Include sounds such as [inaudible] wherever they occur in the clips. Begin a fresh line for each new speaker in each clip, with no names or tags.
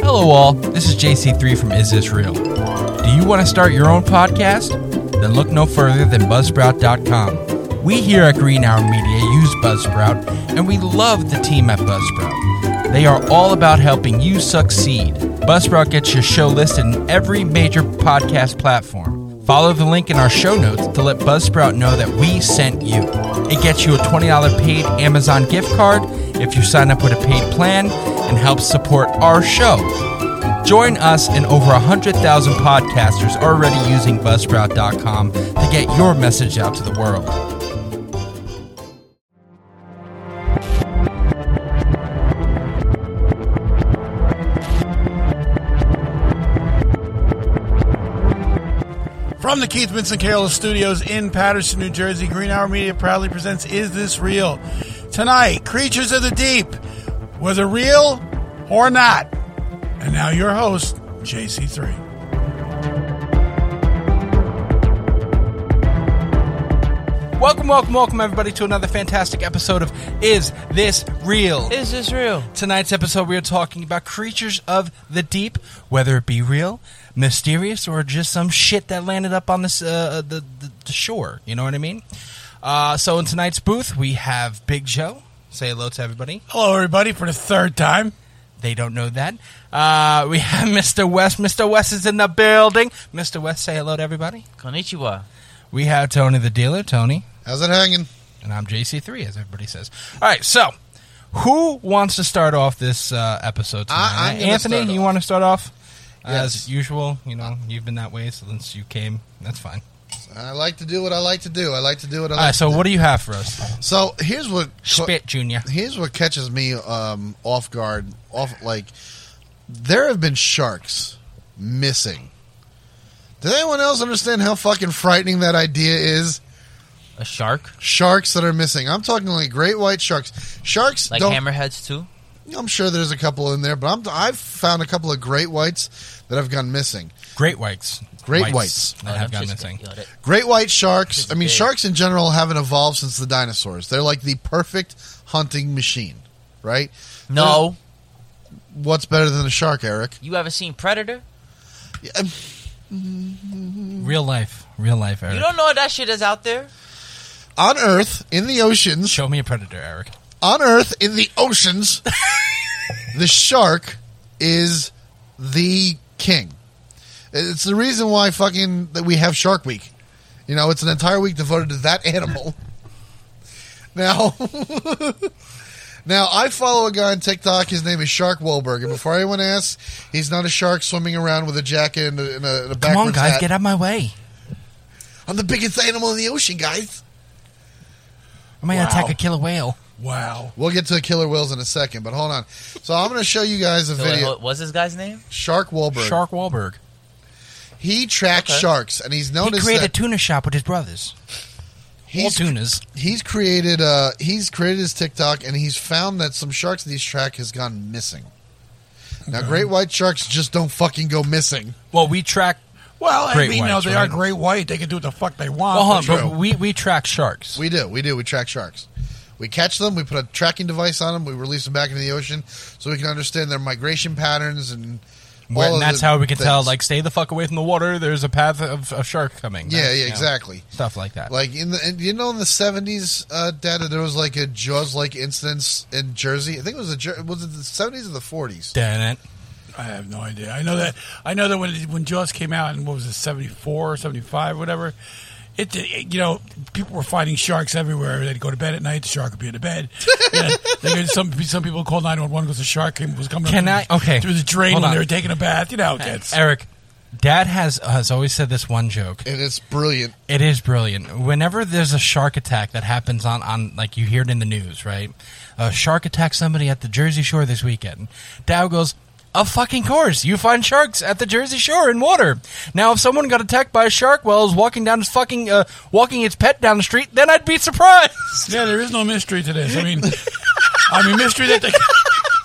Hello, all. This is JC3 from Is This Real? Do you want to start your own podcast? Then look no further than Buzzsprout.com. We here at Green Hour Media use Buzzsprout, and we love the team at Buzzsprout. They are all about helping you succeed. Buzzsprout gets your show listed in every major podcast platform. Follow the link in our show notes to let Buzzsprout know that we sent you. It gets you a $20 paid Amazon gift card if you sign up with a paid plan and helps support our show. Join us and over 100,000 podcasters already using Buzzsprout.com to get your message out to the world.
From the Keith Vincent Carroll Studios in Patterson, New Jersey, Green Hour Media proudly presents Is This Real? Tonight, Creatures of the Deep, whether real or not. And now your host, JC3.
Welcome, welcome, welcome, everybody, to another fantastic episode of Is This Real?
Is this real?
Tonight's episode, we are talking about creatures of the deep, whether it be real, mysterious, or just some shit that landed up on this uh, the, the, the shore. You know what I mean? Uh, so, in tonight's booth, we have Big Joe. Say hello to everybody.
Hello, everybody, for the third time.
They don't know that. Uh, we have [laughs] Mr. West. Mr. West is in the building. Mr. West, say hello to everybody.
Konnichiwa.
We have Tony the dealer, Tony,
How's it hanging?
and I'm JC3, as everybody says. All right, so who wants to start off this uh, episode tonight?
I- I'm gonna
Anthony,
start
you
off.
want to start off? As
Yes.
usual, you know, you've been that way since you came. That's fine.
I like to do what I like to do. I like to do what I
All
like.
right, so what do you have for us?
so here's what
Spit, Junior.
here's what catches me um, off guard. Off like there have been sharks missing. Does anyone else understand how fucking frightening that idea is?
A shark?
Sharks that are missing. I'm talking like great white sharks. Sharks
Like
don't.
hammerheads too?
I'm sure there's a couple in there, but I'm, I've found a couple of great whites that have gone missing.
Great whites.
Great whites.
That have
I'm
gone
just-
missing.
yo, that-
Great white sharks. I mean,
big.
sharks in general haven't evolved since the dinosaurs. They're like the perfect hunting machine, right?
No.
There's- what's better than a shark, Eric?
You ever seen Predator?
Real life. Real life, Eric.
You don't know that shit is out there?
On Earth, in the oceans,
Show me a predator, Eric.
on Earth, in the oceans, the shark is the king. It's the reason why fucking that we have Shark Week. You know, it's an entire week devoted to that animal. Now, [laughs] now I follow a guy on TikTok. His name is Shark Wahlberg, and before anyone asks, he's not a shark swimming around with a jacket and a, and a, and a
Come
backwards
on, guys,
hat.
get out of my way.
I'm the biggest animal in the ocean, guys.
I might
Wow.
attack a killer whale.
Wow.
We'll get to the killer whales in a second, but hold on. So I'm going to show you guys a
So wait,
video.
what was this guy's name?
Shark Wahlberg.
Shark Wahlberg.
He tracks
Okay.
sharks, and he's
He
noticed
created a
that
tuna shop with his brothers. All
he's
tunas.
he's created uh he's created his TikTok, and he's found that some sharks that he's tracked has gone missing. Now, great white sharks just don't fucking go missing.
Well, we track.
Well,
Great
I mean, you know,
whites,
they
right?
are great white. They can do what the fuck they want.
Well, hold
but
on, but we we track sharks.
We do, we do, we track sharks. We catch them, we put a tracking device on them, we release them back into the ocean, so we can understand their migration patterns and.
Where-
all
and
of
that's
the
how we can tell.
things.
Like, stay the fuck away from the water. There's a path of a shark coming.
yeah,
That's,
yeah,
you know,
exactly.
Stuff like that.
Like in the and you know in the seventies, uh, Data, there was like a Jaws like incidents in Jersey. I think it was a Jer- was it the seventies or the forties?
Damn it.
I have no idea. I know that. I know that when it, when Jaws came out in what was it, seventy four or seventy five, whatever. It, did- it- you know people were finding sharks everywhere. They'd go to bed at night. The shark would be in the bed. yeah, they could, some some people called nine one one because the shark came, was coming. up
Can
through
I-
the-
okay.
through the drain
Hold
when
on.
they were taking a bath. You know, it's,
Eric, Dad has has always said this one joke.
And it's brilliant.
It is brilliant. Whenever there's a shark attack that happens on, on like you hear it in the news, right? A shark attacked somebody at the Jersey Shore this weekend. Dow goes, "Of fucking course, you find sharks at the Jersey Shore in water. Now, if someone got attacked by a shark while it was walking down its fucking uh, walking its pet down the street, then I'd be surprised."
yeah, there is no mystery to this. I mean, I mean mystery that they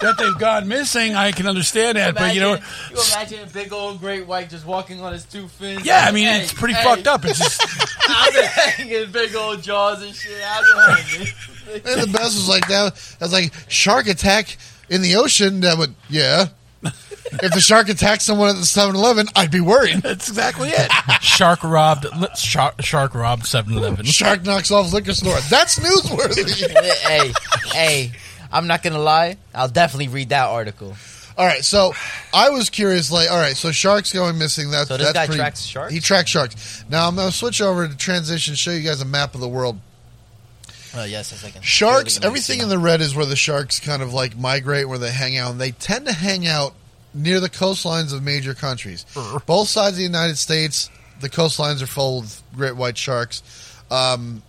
that they've gone missing. I can understand that, but you know,
you imagine a big old great white just walking on his two fins.
yeah, I mean it's pretty fucked up. It's just.
[laughs]
[laughs]
I've been hanging big old jaws and shit. I've been hanging.
And the best was like that. I was like shark attack in the ocean. That would yeah. if the shark attacked someone at the 7-Eleven, I'd be worried.
That's exactly it.
Shark robbed. li- Shark, shark robbed 7-Eleven.
Shark knocks off liquor store.
[laughs]
That's newsworthy.
hey, hey, I'm not gonna lie. I'll definitely read that article.
all right, so I was curious. Like, all right, so sharks going missing. That's
So this
that's
guy
pretty-
tracks sharks?
He tracks sharks. Now I'm gonna switch over to transition. Show you guys a map of the world.
Oh yes, a second.
Sharks. Everything in the red is where the sharks kind of like migrate, where they hang out, and they tend to hang out near the coastlines of major countries. Both sides of the United States, the coastlines are full of great white sharks. Um,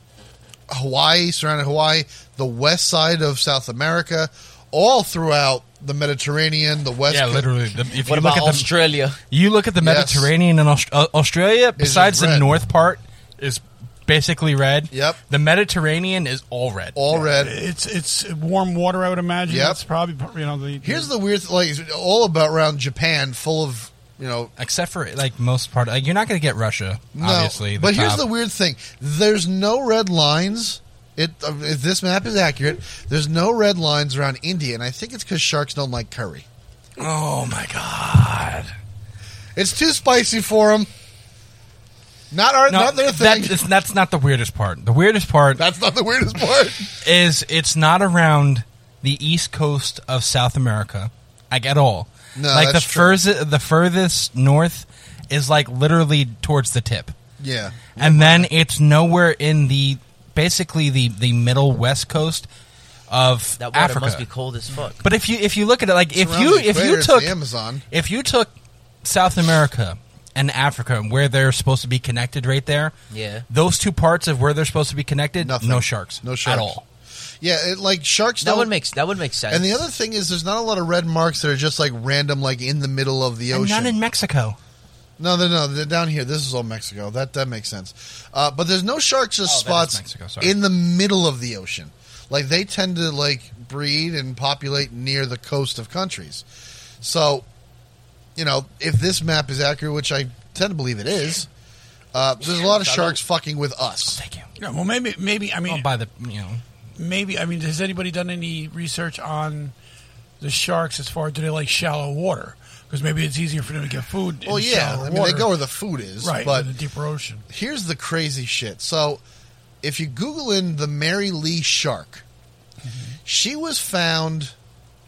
Hawaii, surrounding Hawaii, the west side of South America, all throughout the Mediterranean, the west.
Yeah,
co-
literally. The- If
What
you look
about
at the
Australia?
You look at the
Yes.
Mediterranean and Aust- uh, Australia. Besides the
red.
north part, is basically red.
Yep. Oh.
The Mediterranean is all red.
all red.
It's it's warm water. I would imagine.
Yep.
That's probably you know the
Here's the weird, like all about around Japan, full of you know
Except for like most part, like you're not going to get Russia, obviously.
but here's
top.
the weird thing: there's no red lines. It, uh, if this map is accurate, there's no red lines around India, and I think it's because sharks don't like curry.
oh my god!
It's too spicy for them. Not our,
No,
not their
that-
thing.
that's- that's not the weirdest part. The weirdest part
[laughs] That's not the weirdest part.
is it's not around the east coast of South America, like at all.
No,
like
that's
the
true.
furthest, the furthest north is like literally towards the tip.
Yeah,
and then it's nowhere in the basically the the middle west coast of
That water
Africa.
must be cold as fuck.
but if you if you look at it like if
Around
you
the
if
equator,
you
it's
took
the Amazon,
if you took South America and Africa and where they're supposed to be connected right there,
Yeah.
those two parts of where they're supposed to be connected,
Nothing.
no sharks,
No sharks.
at all.
yeah, it, like sharks.
That
don't-
would make that would make sense.
And the other thing is, there's not a lot of red marks that are just like random, like in the middle of the
And
ocean.
none in Mexico.
No, no, no. They're down here. This is all Mexico. That that makes sense. Uh, but there's no sharks just
Oh, that is
spots
Mexico, sorry.
in the middle of the ocean. Like they tend to like breed and populate near the coast of countries. So, you know, if this map is accurate, which I tend to believe it is, uh, there's a lot of sharks fucking with us.
Thank you.
Yeah, well, maybe maybe I
Well,
mean
by the you know,
maybe I mean has anybody done any research on the sharks as far as do they like shallow water? Because maybe it's easier for them to get food. in
Well, yeah.
shallower
I mean,
water.
they go where the food is,
right
But
in the deeper ocean.
here's the crazy shit. So, if you Google in the Mary Lee shark, she was found.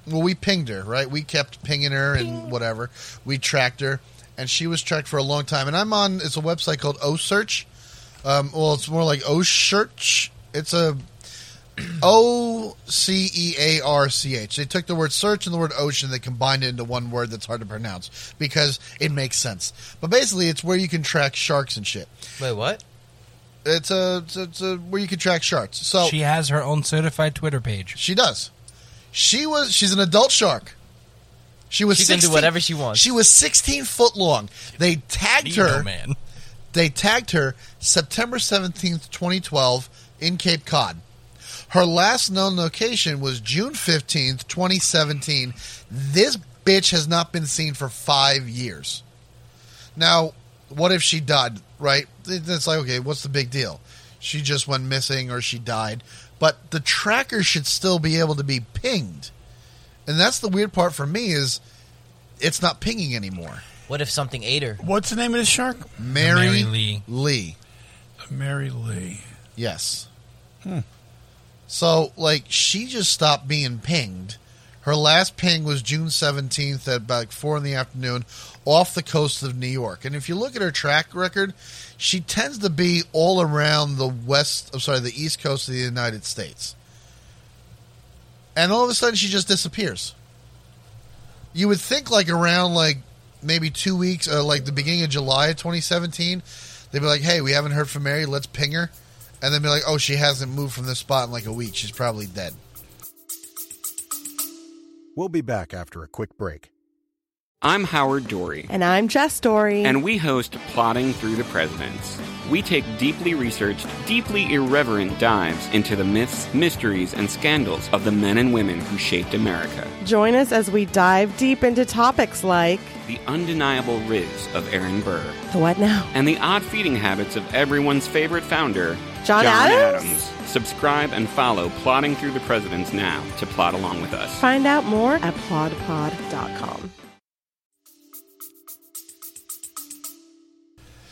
Well, we pinged her, right? We kept pinging her and whatever. We tracked her, and she was tracked for a long time. And I'm on. It's a website called O Search. Um, well, it's more like O Search. It's a [clears throat] O C E A R C H. They took the word search and the word ocean, they combined it into one word that's hard to pronounce because it makes sense. But basically, it's where you can track sharks and shit.
Wait, what?
It's a, it's a, it's a where you can track sharks. So
she
she,
has her own certified Twitter page.
does. She was she's an adult shark. She was
She can do
16
whatever she wants.
She was 16 foot long. They tagged
Eagle
her.
man.
They tagged her September 17th, 2012 in Cape Cod. Her last known location was June 15th, 2017. This bitch has not been seen for 5 years. Now, what if she died, right? It's like, okay, what's the big deal? She just went missing or she died. But the tracker should still be able to be pinged. And that's the weird part for me is it's not pinging anymore.
What if something ate her?
What's the name of this shark?
Mary,
Mary Lee.
Lee.
Mary Lee.
Yes. So, like, she just stopped being pinged. Her last ping was June 17th at about like, 4 in the afternoon off the coast of New York. And if you look at her track record, she tends to be all around the west, I'm sorry, the east coast of the United States. And all of a sudden, she just disappears. You would think, like, around, like, maybe two weeks, uh, like the beginning of July of 2017, they'd be like, hey, we haven't heard from Mary, let's ping her. And then be like, oh, she hasn't moved from this spot in like a week. She's probably dead.
We'll be back after a quick break.
I'm Howard Dory,
And I'm Jess Story.
and we host Plotting Through the Presidents. We take deeply researched, deeply irreverent dives into the myths, mysteries, and scandals of the men and women who shaped America.
join us as we dive deep into topics like
The undeniable ribs of Aaron Burr,
what now?
and the odd feeding habits of everyone's favorite founder,
John Adams?
Subscribe and follow Plotting Through the Presidents now to plot along with us.
Find out more at plodpod.com.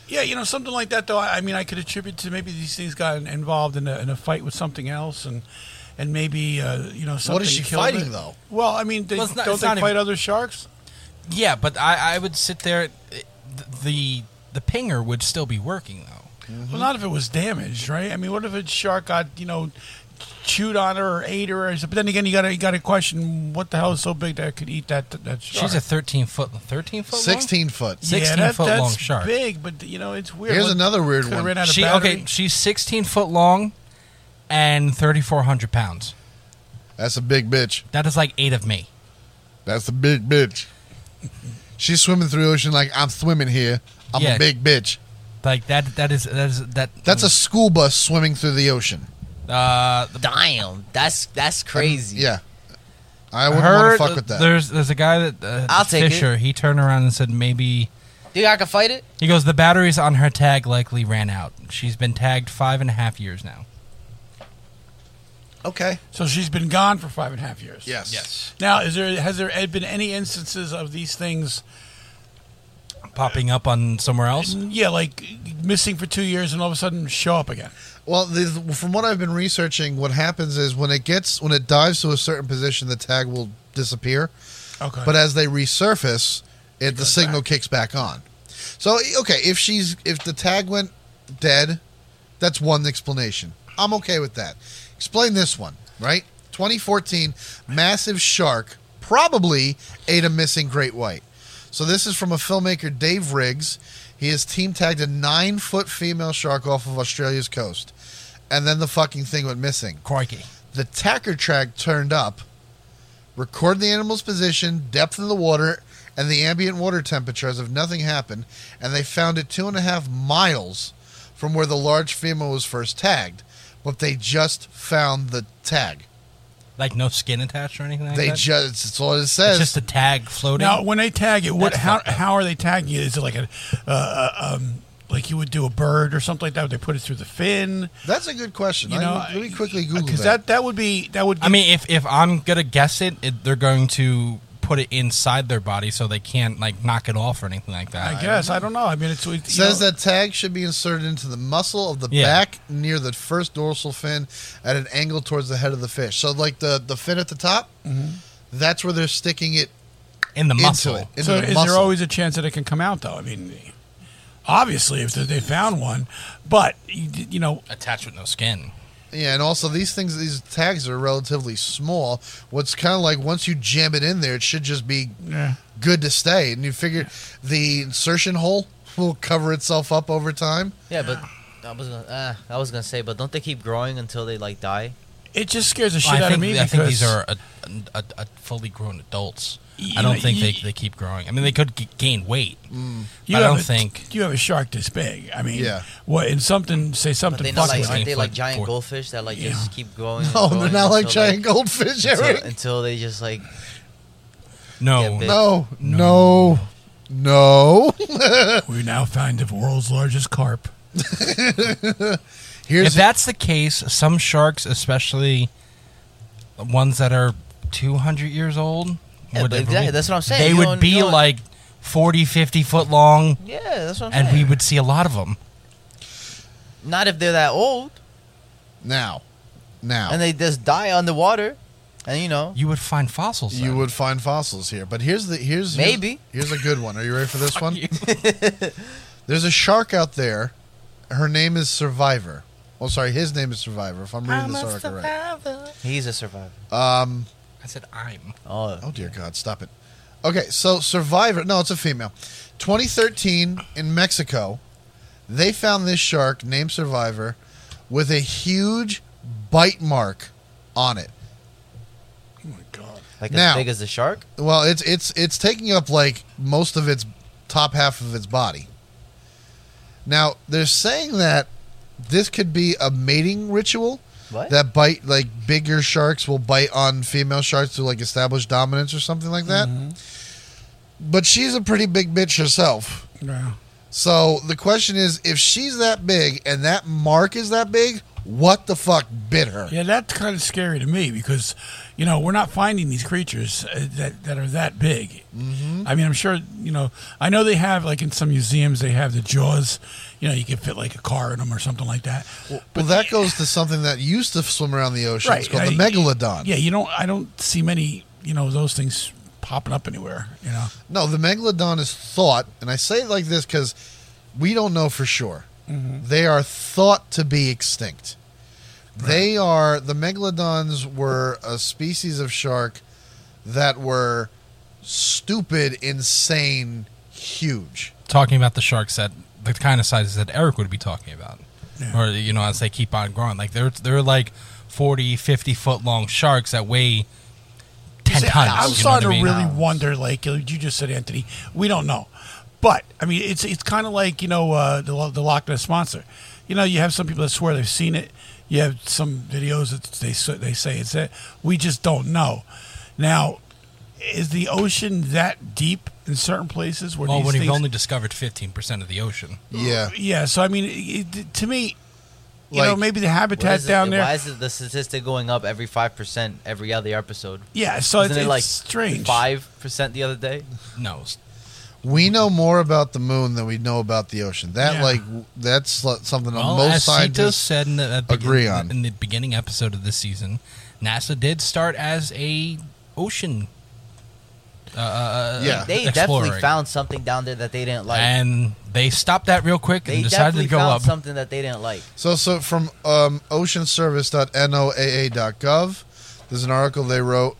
Yeah, you know, something like that. Though I I mean, I could attribute to maybe these things got in- involved in a, in a fight with something else, and and maybe uh, you know something.
she
killed
fighting,
it.
though?
Well, I mean, they,
Well, it's not-
don't
it's
they
not
fight
even-
other sharks?
Yeah, but I, I would sit there. th- The the pinger would still be working though.
Well, not if it was damaged, right? I mean, what if a shark got you know chewed on her or ate her? Or something? But then again, you got to you got to question what the hell is so big that it could eat that that shark.
She's a thirteen foot, thirteen foot, long?
16 foot.
Yeah. 16
that-
foot
that's
long shark.
Big, but you know it's weird.
Here's
Look,
another weird
coulda
one.
Ran out of
She
battery.
okay. She's sixteen foot long, and thirty four hundred pounds.
That's a big bitch.
That is like eight of me.
That's a big bitch. She's swimming through the ocean like I'm swimming here. I'm
Yeah.
a big bitch.
Like that. That is that is that.
That's a school bus swimming through the ocean.
uh,
Damn, that's that's crazy.
Yeah. I wouldn't want
her.
to fuck with that.
There's there's a guy that uh,
I'll take it.
Fisher. He turned around and said maybe
Think I can fight it?
he goes the batteries on her tag likely ran out. She's been tagged five and a half years now.
Okay.
So she's been gone for five and a half years.
Yes.
Now, is there has there been any instances of these things?
Popping up on somewhere else.
Yeah, like missing for two years and all of a sudden show up again.
Well, the, from what I've been researching, what happens is when it gets when it dives to a certain position, the tag will disappear.
Okay.
But as they resurface, it, the signal kicks back on. So okay, if she's if the tag went dead, that's one explanation. I'm okay with that. Explain this one, right? 2014, massive shark probably ate a missing great white. So this is from a filmmaker, Dave Riggs. He has team tagged a nine foot female shark off of Australia's coast, and then the fucking thing went missing
Crikey.
the tacker track turned up, record the animal's position, depth of the water, and the ambient water temperature as if nothing happened, and they found it two and a half miles from where the large female was first tagged. But they just found the tag.
Like no skin attached or anything. Like
They
that?
just, that's all it
It's
says.
just a tag floating.
Now, when they tag it, what
That's
how
fucked up.
how are they tagging it? Is it like a uh, uh, um like you would do a bird or something like that? Would they put it through the fin?
that's a good question.
You
I-
know,
let me quickly Google
because
that.
that. that would be that would.
I mean, if if I'm gonna guess it, it, they're going to put it inside their body so they can't like knock it off or anything like that.
I guess I don't know. I mean, it's it,
It says that tag should be inserted into the muscle of the
Yeah.
back near the first dorsal fin at an angle towards the head of the fish. So, like the, the fin at the top, that's where they're sticking it
in the muscle.
into it. Into
So
the
is
muscle.
there always a chance that it can come out though? I mean, obviously if they found one, but you you know
Attached with no skin.
yeah, and also these things, these tags are relatively small. What's kind of like once you jam it in there, it should just be
Yeah.
good to stay. And you figure the insertion hole will cover itself up over time.
Yeah, but I was gonna, uh, I was gonna say, but don't they keep growing until they like die?
it just scares the shit
I
out of
think,
me.
I think these
because-
are a, a, a fully grown adults.
You
I don't
know,
think they,
you-
they keep growing. I mean, they could g- gain weight.
You
I
have
don't
a-
think.
you have a shark this big. I mean,
Yeah.
What in something say
But
something
they not
fucking
like aren't they like
Foot-
giant
foot.
goldfish that like
Yeah.
just keep growing? and
[laughs] [laughs] Oh, they're
growing
not like
until,
giant goldfish,
until,
Eric.
until they just like
No,
Yeah, big.
No, no, no. [laughs]
we now find the world's largest carp.
Here's
if that's the case, some sharks, especially ones that are 200 years old,
Yeah,
would
but
they
exactly,
be-
that's what I'm saying.
They
You
would
don't- you
be
don't-
like 40, 50 foot long,
yeah, that's what I'm
and
saying.
we would see a lot of them.
not if they're that old
now, now.
and they just die underwater, and you know
You would find fossils.
You would find fossils here, but here's the here's here's-
Maybe.
here's, a good one. Are you ready for this one? [laughs] There's a shark out there. Her name is Survivor. Oh, sorry, his name is Survivor. If I'm reading this article right.
he's a survivor.
I said I'm.
Oh,
Oh dear God, stop it. Okay, so Survivor. No, it's a female. 2013 in Mexico, they found this shark named Survivor with a huge bite mark on it.
Oh my god!
like
Now-
as big as the shark.
Well, it's it's it's taking up like most of its top half of its body. Now they're saying that this could be a mating ritual.
What?
That bite like bigger sharks will bite on female sharks to like establish dominance or something like that. But she's a pretty big bitch herself.
Wow.
So the question is, if she's that big and that mark is that big, what the fuck bit her?
Yeah, that's kind of scary to me because, you know, we're not finding these creatures uh, that that are that big. Mm-hmm. I mean, I'm sure you know. I know they have like in some museums they have the jaws. You know, you can fit like a car in them or something like that.
Well, that goes to something that used to swim around the ocean. It's called
I-
the megalodon.
Yeah, you don't. I don't see many. You know, those things popping up anywhere. You know.
No, the megalodon is thought, and I say it like this because we don't know for sure. They are thought to be extinct. They are the megalodons were a species of shark that were stupid, insane, huge.
Talking about the sharks that the kind of sizes that Eric would be talking about, or you know, as they keep on growing, like they're they're like 40, 50 foot long sharks that weigh ten
See,
tons.
I'm
you know what
starting
I mean?
to really wonder, like you just said, Anthony. We don't know, but I mean, it's it's kind of like you know uh, the Lo- the Loch Ness monster. You know, you have some people that swear they've seen it. You have some videos that they s- they say it's it. We just don't know. Now, is the ocean that deep in certain places where
Well,
these
when you've
things-
only discovered fifteen percent of the ocean,
Yeah.
yeah? So I mean, it, it- to me, you know,
Like-
maybe the
Why
habitat
is it-
down there.
Why is it the statistic going up every five percent every other episode?
yeah, so it's,
Isn't it
it's
like
strange.
Five percent the other day.
no, it's-
We know more about the moon than we know about the ocean. That
Yeah.
like that's like, something that
Well,
most
as Sito
scientists
said in the, at begin-
agree on.
in the beginning episode of this season, NASA did start as a ocean,
yeah.
They
Exploring.
definitely found something down there that they didn't like.
and they stopped that real quick
they
and decided
definitely
to go
found
up.
something that they didn't like. [laughs]
So, so from um, oceanservice.noaa.gov, there's an article they wrote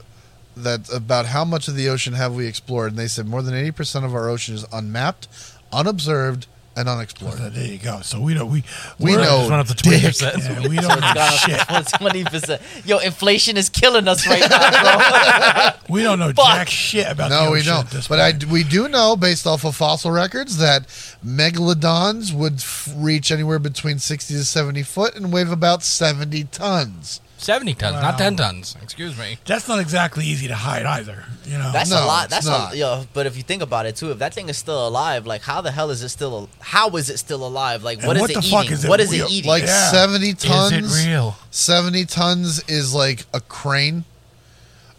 that about how much of the ocean have we explored, and they said more than eighty percent of our ocean is unmapped, unobserved, and
So
unexplored.
there you go. So we don't we
We
we're-
know
One of the
[laughs]
dick.
tweeters said.
Yeah, we don't know shit.
Twenty percent. Yo, inflation is killing us right now, bro.
We don't know
Fuck.
jack shit about the
No, we
ocean
don't.
at this
But I,
point.
d- we do know, based off of fossil records, that megalodons would f- reach anywhere between 60 to 70 foot and weigh about 70 tons.
Seventy tons,
Wow.
not ten tons. Excuse me.
that's not exactly easy to hide either. You know,
That's a
No,
lot.
it's
That's
not.
a yo. But if you think about it too, if that thing is still alive, like how the hell is it still? al- How is it still alive? Like
And
what is
what
it
the
eating?
fuck is it-
what is
yo,
it eating?
Like
Yeah.
70 tons.
real?
70 tons is like a crane.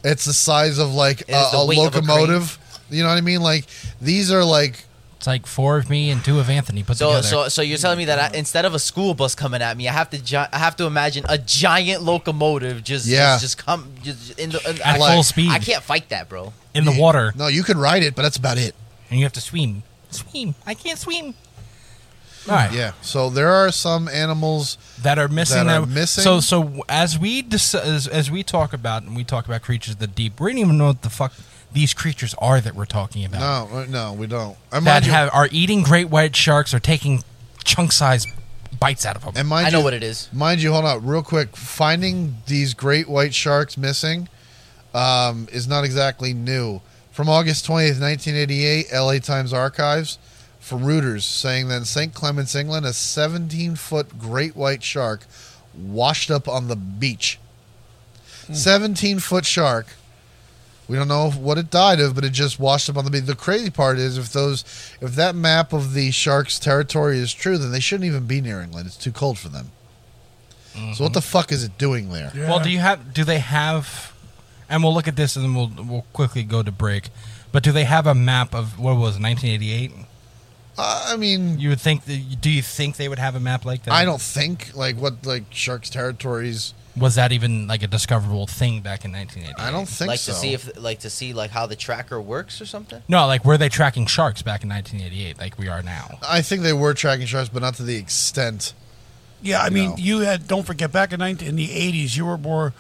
It's the size of like
It
a,
is the
a
weight of a
locomotive. you know what I mean? Like these are like
It's like four of me and two of Anthony put
so,
together.
so, so you're telling me that I, instead of a school bus coming at me, I have to, gi- I have to imagine a giant locomotive just,
Yeah.
just, just come, just in the in,
At
I-
full speed.
I can't fight that, bro.
in the water,
no, you can ride it, but that's about it.
and you have to swim. Swim. I can't swim. All right.
Yeah. So there are some animals.
that are missing.
That are missing.
So, so as we dis- as, as we talk about and we talk about creatures of the deep, we don't even know what the fuck these creatures are that we're talking about.
No, uh, no, we don't. And
that
mind you,
have are eating great white sharks or taking chunk size bites out of them.
and mind
I know
you-
what it is.
Mind you, hold on, real quick. Finding these great white sharks missing um, is not exactly new. From August 20th, 1988, LA Times Archives from Reuters saying that in St. Clements, England, a 17 foot great white shark washed up on the beach. 17 foot shark. We don't know what it died of, but it just washed up on the beach. The crazy part is if those if that map of the shark's territory is true, then they shouldn't even be near England. It's too cold for them. So
Uh-huh.
what the fuck is it doing there?
Well, do you have? Do they have? And we'll look at this, and then we'll we'll quickly go to break. But do they have a map of what was it, 1988?
I mean,
You would think. That, do you think they would have a map like that?
I don't think like what like sharks' territories.
Was that even like a discoverable thing back in 1988?
I don't think
Like
so.
to see if, like to see like how the tracker works or something.
No, like were they tracking sharks back in 1988, like we are now?
I think they were tracking sharks, but not to the extent.
yeah, I mean,
know.
you had don't forget back in 19, in the eighties, you were more,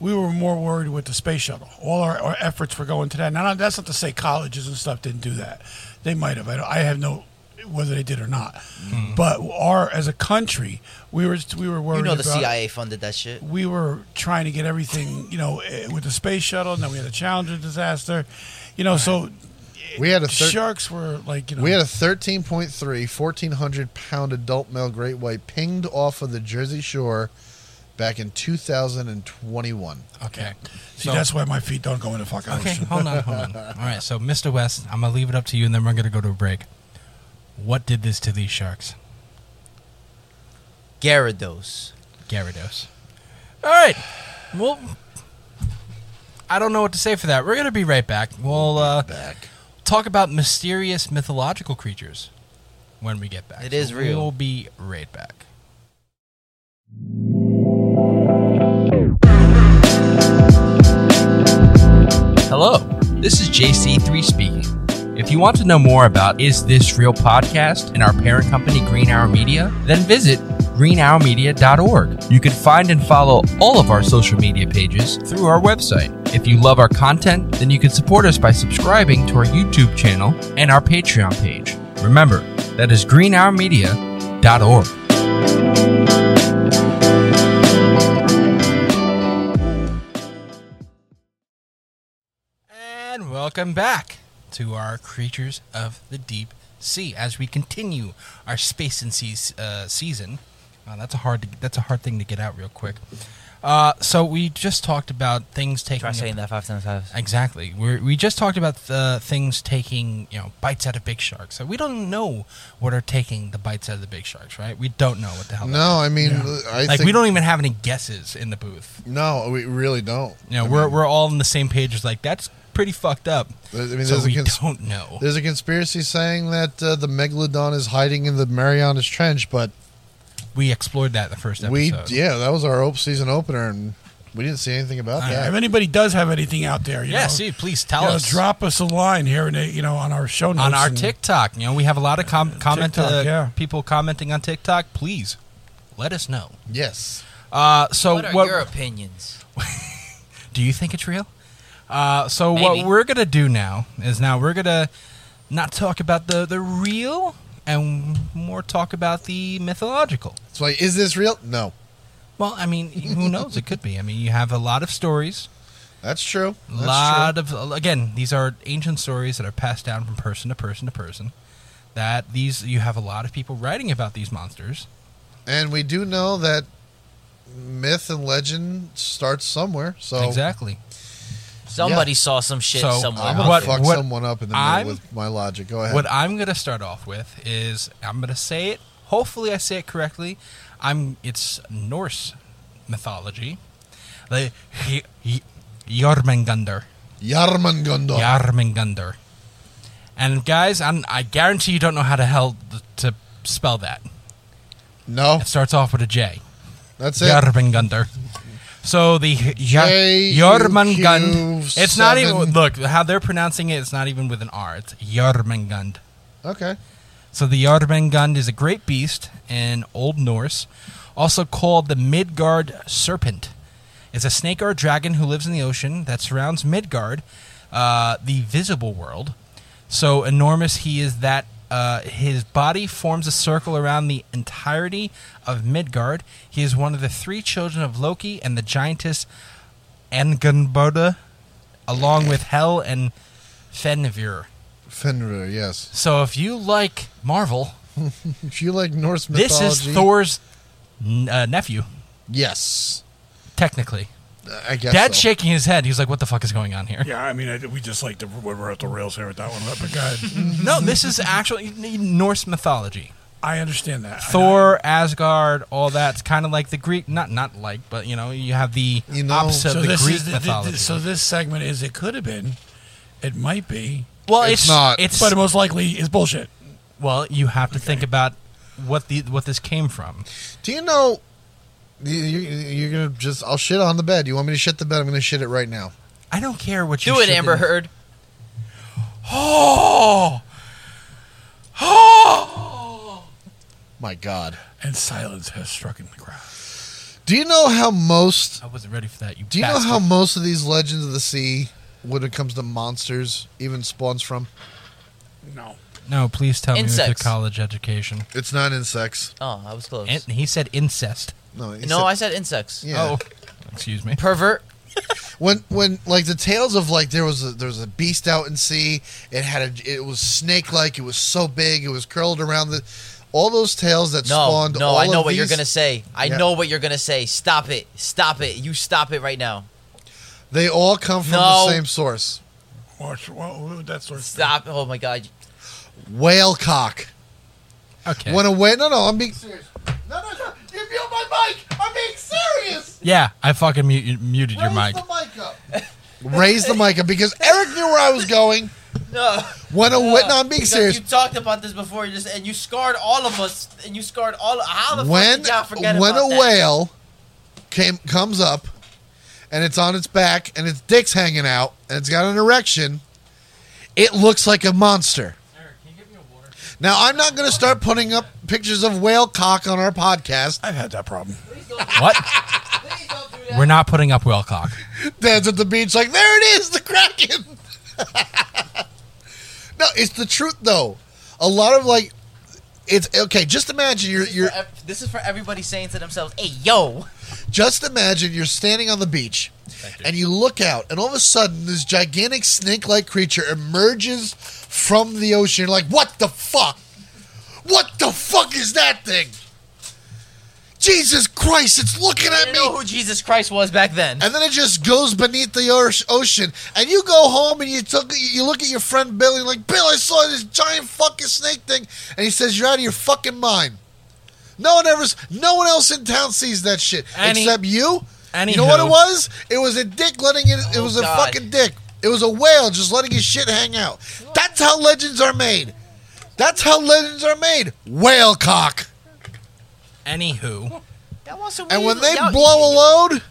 we were more worried with the space shuttle. All our, our efforts were going to that. Now, that's not to say colleges and stuff didn't do that. They might have. I, don't, I have no whether they did or not.
Hmm.
But our as a country, we were we were worried.
You know the
about-
CIA funded that shit.
we were trying to get everything, you know, eh, with the space shuttle, and then we had the Challenger disaster, you know. So
We had a thir-
sharks were like, you know,
we had a 13.3 1400 pound adult male great white pinged off of the Jersey Shore back in 2021.
Okay.
see, that's why my feet don't go in the fucking
Okay,
ocean.
hold on, hold on. All right, so Mr. West, I'm gonna leave it up to you, and then we're gonna go to a break. What did this to these sharks?
Gyarados.
Gyarados. All right. Well, I don't know what to say for that. We're going to be right back. We'll uh,
Back.
talk about mysterious mythological creatures when we get back.
It is real.
We'll be right back. Hello, this is JC3 speaking. If you want to know more about Is This Real podcast and our parent company, Green Hour Media, then visit greenhourmedia.org. You can find and follow all of our social media pages through our website. If you love our content, then you can support us by subscribing to our YouTube channel and our Patreon page. Remember, that is greenhourmedia.org. And welcome back to our Creatures of the Deep Sea as we continue our Space and Seas uh, season. Uh, that's a hard that's a hard thing to get out real quick. Uh, so we just talked about things taking
Try
a-
saying that five times fast.
Exactly. We're, we just talked about the things taking you know bites out of big sharks. So we don't know what are taking the bites out of the big sharks, right? We don't know what the hell. that
No, I mean, I
is. like
think,
we don't even have any guesses in the booth.
No, we really don't.
You know, we're we're all on the same page. It's like that's pretty fucked up.
I mean,
so
there's a
we
cons-
don't know.
There's a conspiracy saying that uh, the megalodon is hiding in the Marianas Trench, but
We explored that in the first episode.
we yeah, that was our op- season opener, and we didn't see anything about
Yeah,
that.
if anybody does have anything out there, you
Yeah,
know,
see, please
you
tell
know,
us.
drop us a line here and there, you know on our show notes
on our
and-
TikTok. You know, we have a lot of com- comment
TikTok,
uh,
yeah.
people commenting on TikTok. Please let us know.
yes,
Uh, so
What are
what
your opinions?
Do you think it's real? Uh, so what
Maybe.
we're gonna do now is now we're gonna not talk about the the real and more talk about the mythological.
it's like, is this real? No,
Well, I mean, who knows? It could be. I mean, you have a lot of stories,
that's true.
a
That's
lot
true.
of again, these are ancient stories that are passed down from person to person to person. That these you have a lot of people writing about these monsters.
and we do know that myth and legend starts somewhere. So
Exactly.
Somebody saw some shit
So,
somewhere.
um,
out
I'm gonna
What-
fuck
what
someone up in the
I'm-
middle with my logic. Go ahead.
What I'm gonna start off with is I'm gonna say it. Hopefully, I say it correctly. I'm. It's Norse mythology. The Hy- Hy- Jormungandr.
Yarmangandor.
Jormungandr. And guys, I'm, I guarantee you don't know how the hell th- to spell that.
no,
It starts off with a J.
that's it.
Jormungandr. So the Hy-
J U
Jor- Jormungand.
Q
It's not even.
seven.
Look how they're pronouncing it. It's not even with an R. It's Jormungand.
okay,
So the Jormungand is a great beast in Old Norse, also called the Midgard serpent. It's a snake or dragon who lives in the ocean that surrounds Midgard, uh, the visible world. So enormous he is that uh, his body forms a circle around the entirety of Midgard. He is one of the three children of Loki and the giantess Anganboda, along with Hel and Fenrir.
Fenrir. Yes,
So if you like Marvel,
if you like Norse
this
mythology,
is Thor's n- uh, nephew,
Yes,
technically.
I guess
Dad's
so.
shaking his head. He's like, "What the fuck is going on
[laughs]
here?"
Yeah, I mean, I, we just like to we're at the rails here with that one, but
Mm-hmm.
God,
No, this is actually Norse mythology.
I understand that.
[laughs]
I-
Thor, Asgard, all that's kind of like the Greek. Not not like, but you know, you have the
You know-
opposite
so
of the
this
Greek
is the, the,
mythology.
so this segment is it could have been, it might be,
well,
It's
it's,
not.
It's
but it most likely is bullshit.
well, you have to think about what the what this came from.
Do you know? You, you, you're gonna just. I'll shit on the bed. You want me to shit the bed? I'm gonna shit it right now.
I don't care what you
Do it,
should-
Amber Heard.
Oh, oh.
My God.
And silence has struck in the crowd.
Do you know how most?
I wasn't ready for that. You
Do you know
bastard.
how most of these legends of the sea, when it comes to monsters, even spawns from?
No,
No, please tell me with
Insects.
your college education.
It's not insects.
Oh, I was close.
In- he said incest.
No. it's-
no, I said insects.
Yeah.
Oh, excuse me.
Pervert.
when when like the tales of like there was a, there was a beast out in sea it had a it was snake like it was so big it was curled around the all those tales that
No,
spawned
no,
all
I know
of
what you're
these,
gonna say. I
Yeah.
know what you're gonna say. Stop it. Stop it. You stop it right now.
they all come from
No.
the same source
Watch, well, that sort of
Stop. Oh my god.
whale cock
Okay.
When a whale, no, no, I'm being serious. No, no, no, you mute my mic. I'm being serious.
Yeah, I fucking mute, muted your mic.
mic up. Raise the mic up because Eric knew where I was going.
[laughs] No.
When a whale, no, I'm being
Because
serious.
You talked about this before, you just, and you scarred all of us, and you scarred all. How the fuck
when
did y'all forget
when
about
a
that?
whale came comes up and it's on its back and its dick's hanging out and it's got an erection, it looks like a monster. Now I'm not going to start putting up pictures of whale cock on our podcast.
I've had that problem.
What?
Please don't do that.
We're not putting up whale cock.
Dad's at the beach like, there it is, the kraken. [laughs] no, it's the truth though. A lot of like, it's okay. Just imagine you're
This is
you're
for ev- This is for everybody saying to themselves, "Hey, yo,
Just imagine you're standing on the beach and you look out, and all of a sudden, this gigantic snake like creature emerges from the ocean. You're like, what the fuck? What the fuck is that thing? Jesus Christ, it's looking
I
at
didn't
me.
know who Jesus Christ was back then."
and then it just goes beneath the oce- ocean, and you go home and you took you look at your friend Bill, and you're like, Bill, I saw this giant fucking snake thing, and he says, you're out of your fucking mind. No one ever, s- no one else in town sees that shit
Any-
except you.
Anywho.
You know what it was? It was a dick letting it. It
Oh,
was a
God.
fucking dick. It was a whale just letting his shit hang out. That's how legends are made. That's how legends are made. Whale cock.
Anywho,
Y'all want some
And
weed?
when they
Y'all-
blow a load,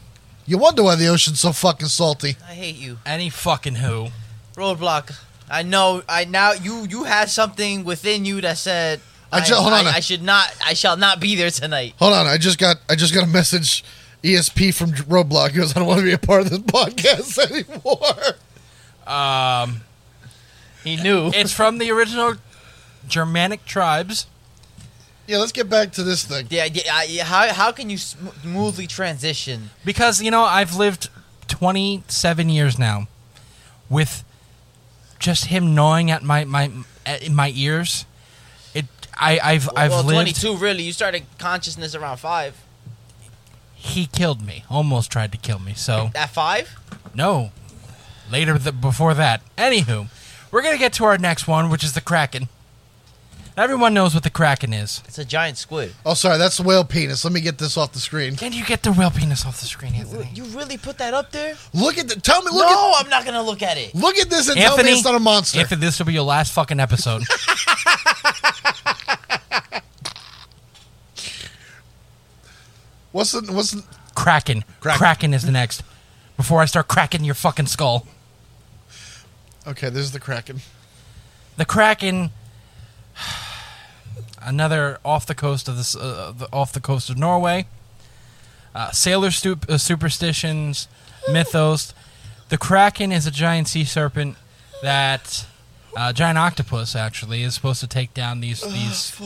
you wonder why the ocean's so fucking salty.
I hate you,
any fucking who.
roadblock. I know. I now you you had something within you that said,
I ju- hold on.
I, should not. I shall not be there tonight."
Hold on, I just got I just got a message. ESP from Roblox He goes, I don't want to be a part of this podcast [laughs] anymore.
He knew.
It's from the original Germanic tribes.
Yeah, let's get back to this thing.
Yeah, yeah, I- yeah. How how can you sm- smoothly transition?
because you know I've lived 27 years now with just him gnawing at my my at my ears. It I I've I've
well,
lived.
22 really. You started consciousness around five.
He killed me. Almost tried to kill me. So
At five,
no. Later th- before that. Anywho, we're gonna get to our next one, which is the Kraken. Everyone knows what the Kraken is.
it's a giant squid.
Oh, sorry, that's the whale penis. Let me get this off the screen.
Can you get the whale penis off the screen, Anthony?
You really put that up there?
Look at the. Tell me. Look
no, I'm not gonna look at it.
at. Look at this and tell me
Anthony,
it's not a monster.
Anthony, this will be your last fucking
[laughs]
episode.
what's the what's the,
Kraken.
Kraken.
Kraken is the next. Before I start cracking your fucking skull.
okay? This is the kraken.
the Kraken, another off the coast of this, uh, the, off the coast of Norway. Uh, sailor stu- uh,
[laughs]
superstitions, mythos. The Kraken is a giant sea serpent that uh, giant octopus actually is supposed to take down these these.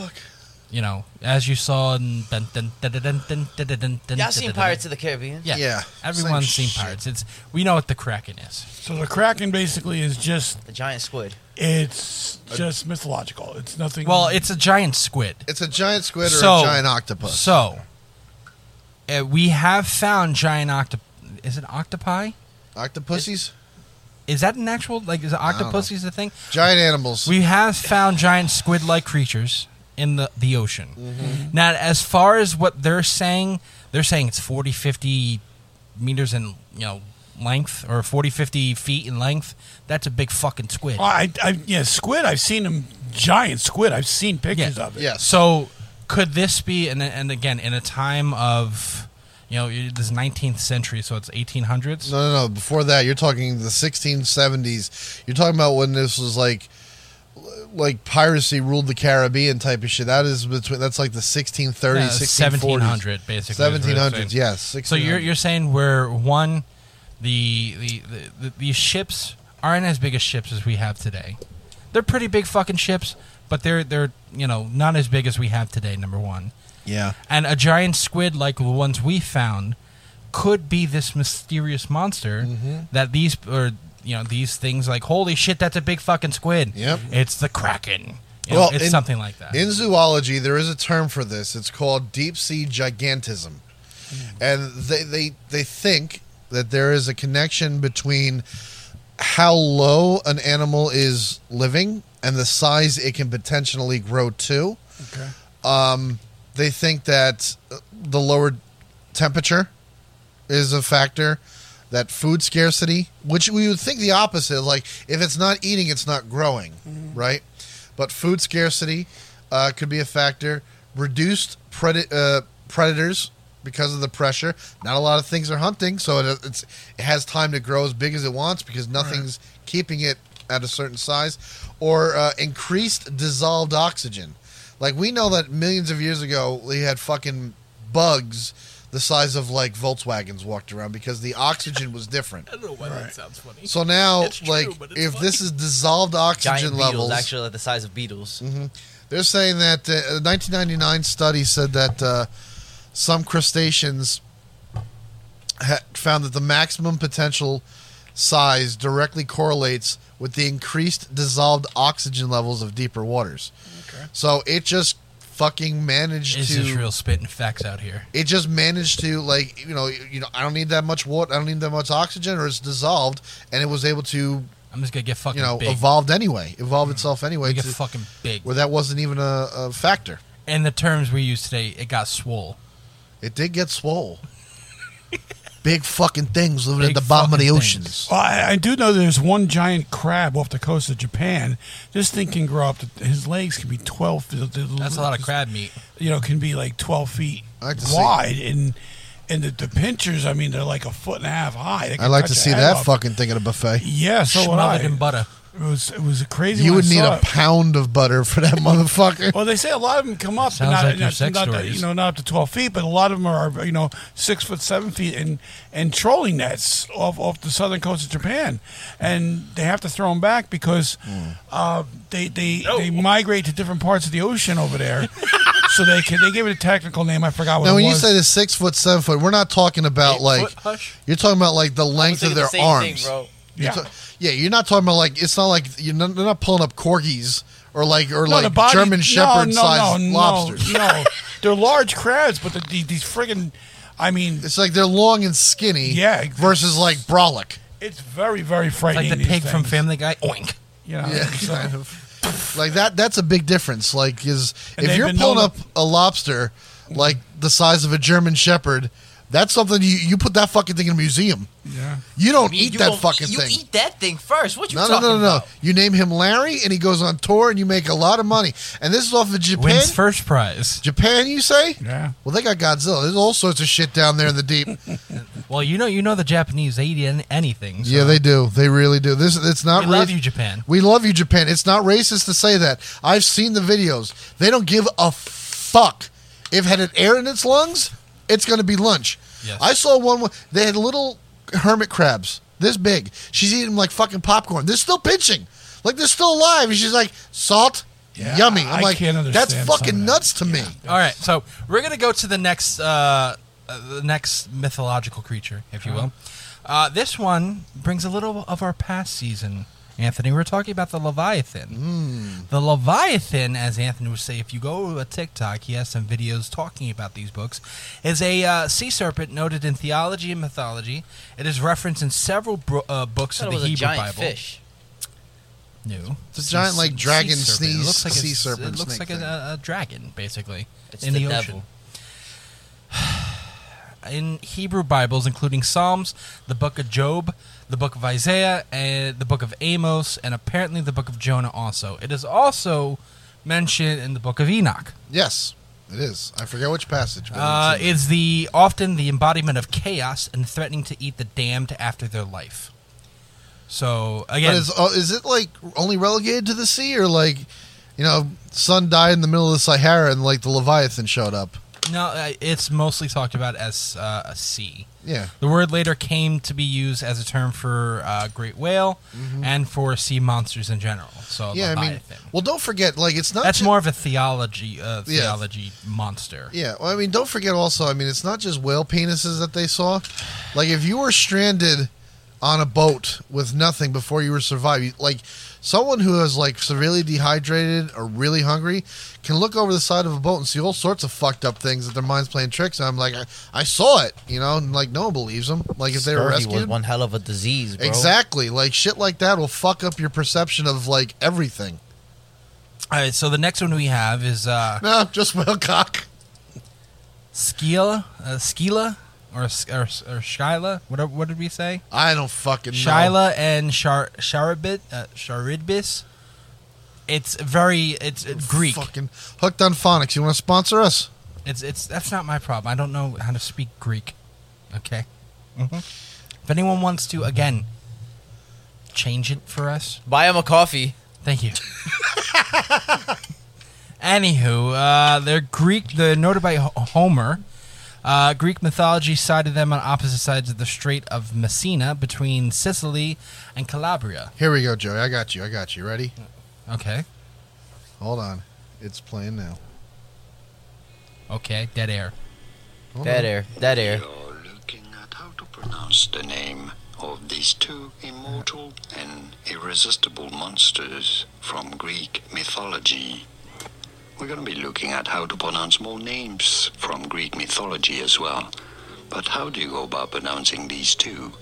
You know, as you saw in. Dun, dun, dun, dun, dun, dun, dun, dun, dun, dun,
Y'all seen
dun,
Pirates of the Caribbean?
Yeah,
Yeah,
yeah. Everyone's
same
seen
shit.
pirates. It's we know what the Kraken is.
So the Kraken basically is just
The giant squid.
it's just mythological. It's nothing.
Well, it's a giant squid.
It's a giant squid or a giant octopus.
So, uh, we have found giant octop. Is it octopi?
Octopussies,
Is that an actual like? Is octopus is the thing?
giant animals.
We have found giant squid-like creatures in the the ocean. Now, as far as what they're saying, they're saying it's 40, 50 meters in you know length or 40, 50 feet in length. That's a big fucking squid.
I, I yeah squid. I've seen them giant squid. I've seen pictures of it.
yes.
So could this be and and again in a time of you know this 19th century, so it's 1800s.
No, no, no. Before that, you're talking the 1670s. You're talking about when this was like, like piracy ruled the Caribbean type of shit. That is between. That's like the 1630s,
Yeah,
1640s,
1700 Uh, basically. is what it's
1700s.
saying.
Yes.
So you're you're saying where one, the the, the the these ships aren't as big as ships as we have today. They're pretty big fucking ships, but they're they're you know not as big as we have today. Number one,
yeah.
and a giant squid like the ones we found could be this mysterious monster
Mm-hmm.
that these or you know these things like holy shit that's a big fucking squid.
Yep.
It's the kraken. You know,
Well,
it's
in-
something like that.
In zoology, there is a term for this. It's called deep sea gigantism, and they they they think that there is a connection between how low an animal is living and the size it can potentially grow to. Um,
Okay.
They think that uh, the lower temperature is a factor, that food scarcity, which we would think the opposite. Like, if it's not eating, it's not growing, right? But food scarcity uh, could be a factor. Reduced predi- uh, predators because of the pressure. Not a lot of things are hunting, so it, it's, it has time to grow as big as it wants because nothing's keeping it at a certain size. Or uh, increased dissolved oxygen. Like, we know that millions of years ago, we had fucking bugs the size of like Volkswagens walked around because the oxygen was different.
I don't know why that sounds funny.
So now,
It's true,
like,
but it's
if
funny.
this is dissolved oxygen
Giant
levels, Mm-hmm.
beetles, actually, like the size of beetles.
they're saying that uh, a 1999 study said that uh, some crustaceans ha- found that the maximum potential size directly correlates with the increased dissolved oxygen levels of deeper waters.
Okay.
So it just fucking managed
Is
to
this real spitting facts out here?
it just managed to like you know you know I don't need that much water I don't need that much oxygen or it's dissolved and it was able to
I'm just gonna get fucking
you know
big.
evolved anyway evolve itself anyway
get
to-
fucking big.
where that wasn't even a, a factor
In the terms we use today, it got swole.
it did get swole [laughs] big fucking things living
Big
at the bottom of the
fucking
oceans
Well, I, I do know there's one giant crab off the coast of Japan. This thing can grow up to his legs can be twelve.
That's a lot of crab meat.
You know, can be like twelve feet
I'd like to see-
wide, and and the, the pinchers. I mean, they're like a foot and a half high. They
I'd
can
like
cut
to
your
see
head
that
off.
fucking thing at
[laughs]
a buffet
Yeah, so would I.
Smothered in butter.
It was it was a crazy.
you
when
would
I
need
saw
a
it.
pound of butter for that motherfucker
Well, they say a lot of them come up, but
Sounds
not,
like your
not,
sex
not that,
stories.
you know, not up to twelve feet, but a lot of them are you know six foot, seven feet, and and trolling nets off off the southern coast of Japan, and they have to throw them back because
Hmm.
uh, they they they migrate to different parts of the ocean
[laughs]
over there, so they can they gave it a technical name. I forgot what
now
it
when you
was.
say the six foot seven foot we're not talking about
Eight
like
foot, hush.
you're talking about like the
I'm
length
thinking
of their
the same
arms
thing, bro.
yeah.
So- yeah, you're not talking about like it's not like you're not, they're not pulling up corgis or like or
No, the
like
body-
German
no,
shepherd
no,
sized
no, no,
lobsters.
No,
[laughs]
they're large crabs, but the, the, these friggin' I mean,
It's like they're long and skinny.
Yeah.
versus like brolic.
it's very very
Like
frightening.
the
these
pig from
things,
Family Guy. Oink.
You know,
Yeah, [laughs]
so-
kind of. Like that. That's a big difference. Like is
And
if
they've
you're
been
pulling
known
up
to-
a lobster like the size of a German shepherd, that's something you you put that fucking thing in a museum.
yeah.
You don't
mean,
eat
you
that
gonna-
fucking
you
thing.
eat that thing first. What you
no, no,
talking
no, no, no.
about?
You name him Larry, and he goes on tour, and you make a lot of money. And this is off of Japan.
Wins first prize.
Japan, you say?
Yeah.
Well, they got Godzilla. There's all sorts of shit down there in the deep.
Well, you know, you know the Japanese. They eat an- anything. So
yeah, they do. They really do. This it's not.
We love
rac-
you, Japan.
We love you, Japan. It's not racist to say that. I've seen the videos. They don't give a fuck. If it had an air in its lungs, it's going to be lunch.
Yes.
I saw one. wh- They had little hermit crabs this big. She's eating them like fucking popcorn. They're still pinching. Like they're still alive. And she's like salt.
Yeah,
yummy.
I-
I'm
I
like,
can't
that's
understand some
fucking
of that.
nuts to me.
All right, so we're gonna go to the next, uh, uh, the next mythological creature, if you will.
Uh-huh.
Uh, this one brings a little of our past season, Anthony. We're talking about the
Hmm.
Leviathan. The Leviathan, as Anthony would say, if you go to a TikTok, he has some videos talking about these books. Is a uh, sea serpent noted in theology and mythology. It is referenced in several bro- uh, books
I
of
thought it
the
was a
Hebrew
giant
Bible.
fish.
No.
It's a giant, like, dragon sneeze- sea
it's-
serpent
It looks
snake
like
thing.
a, a dragon, basically.
It's
in the,
the
ocean. [sighs] In Hebrew Bibles, including Psalms, the book of Job, the book of Isaiah, and the book of Amos, and apparently the book of Jonah also. It is also mentioned in the book of Enoch.
Yes, it is. I forget which passage. But
Uh,
it's in there.
is the often the embodiment of chaos and threatening to eat the damned after their life. So again,
But is, oh, is it like only relegated to the sea, or like, you know, sun died in the middle of the Sahara and like the Leviathan showed up?
No, uh, it's mostly talked about as uh, a sea.
Yeah.
The word later came to be used as a term for uh, great whale and for sea monsters in general. So
Mm-hmm. Yeah, I mean,
Leviathan.
well, don't forget, like it's not
That's
ju-
more of a theology uh,
Yeah.
theology monster.
Yeah, well, I mean, don't forget also. I mean, it's not just whale penises that they saw. Like, if you were stranded on a boat with nothing before you were survive, you, like someone who is like severely dehydrated or really hungry can look over the side of a boat and see all sorts of fucked up things that their mind's playing tricks. And I'm like, I, I saw it, you know, and like no one believes them. Like if they were
Scurvy was
rescued,
one hell of a disease, bro.
[laughs] exactly. Like shit like that will fuck up your perception of like everything.
All right, so the next one we have is uh,
No, just Wilcock.
Skila, uh, Skila, or S- or, S- or Shyla. What what did we say?
I don't fucking know.
Shyla and Shar Sharibit uh, Sharidbis. It's very it's, it's Greek.
Fucking hooked on phonics. You want to sponsor us?
It's it's that's not my problem. I don't know how to speak Greek. Okay. If anyone wants to again change it for us,
Buy him a coffee.
thank you. Anywho, uh, they're Greek. They're noted by Ho- Homer. Uh, Greek mythology sided them on opposite sides of the Strait of Messina, between Sicily and Calabria.
Here we go, Joey. I got you. I got you. Ready?
Okay.
Hold on. It's playing now.
Okay. Dead air.
Dead air. Dead air.
You're looking at how to pronounce the name of these two immortal and irresistible monsters from Greek mythology. We're going to be looking at how to pronounce more names from Greek mythology as well. But how do you go about pronouncing these two?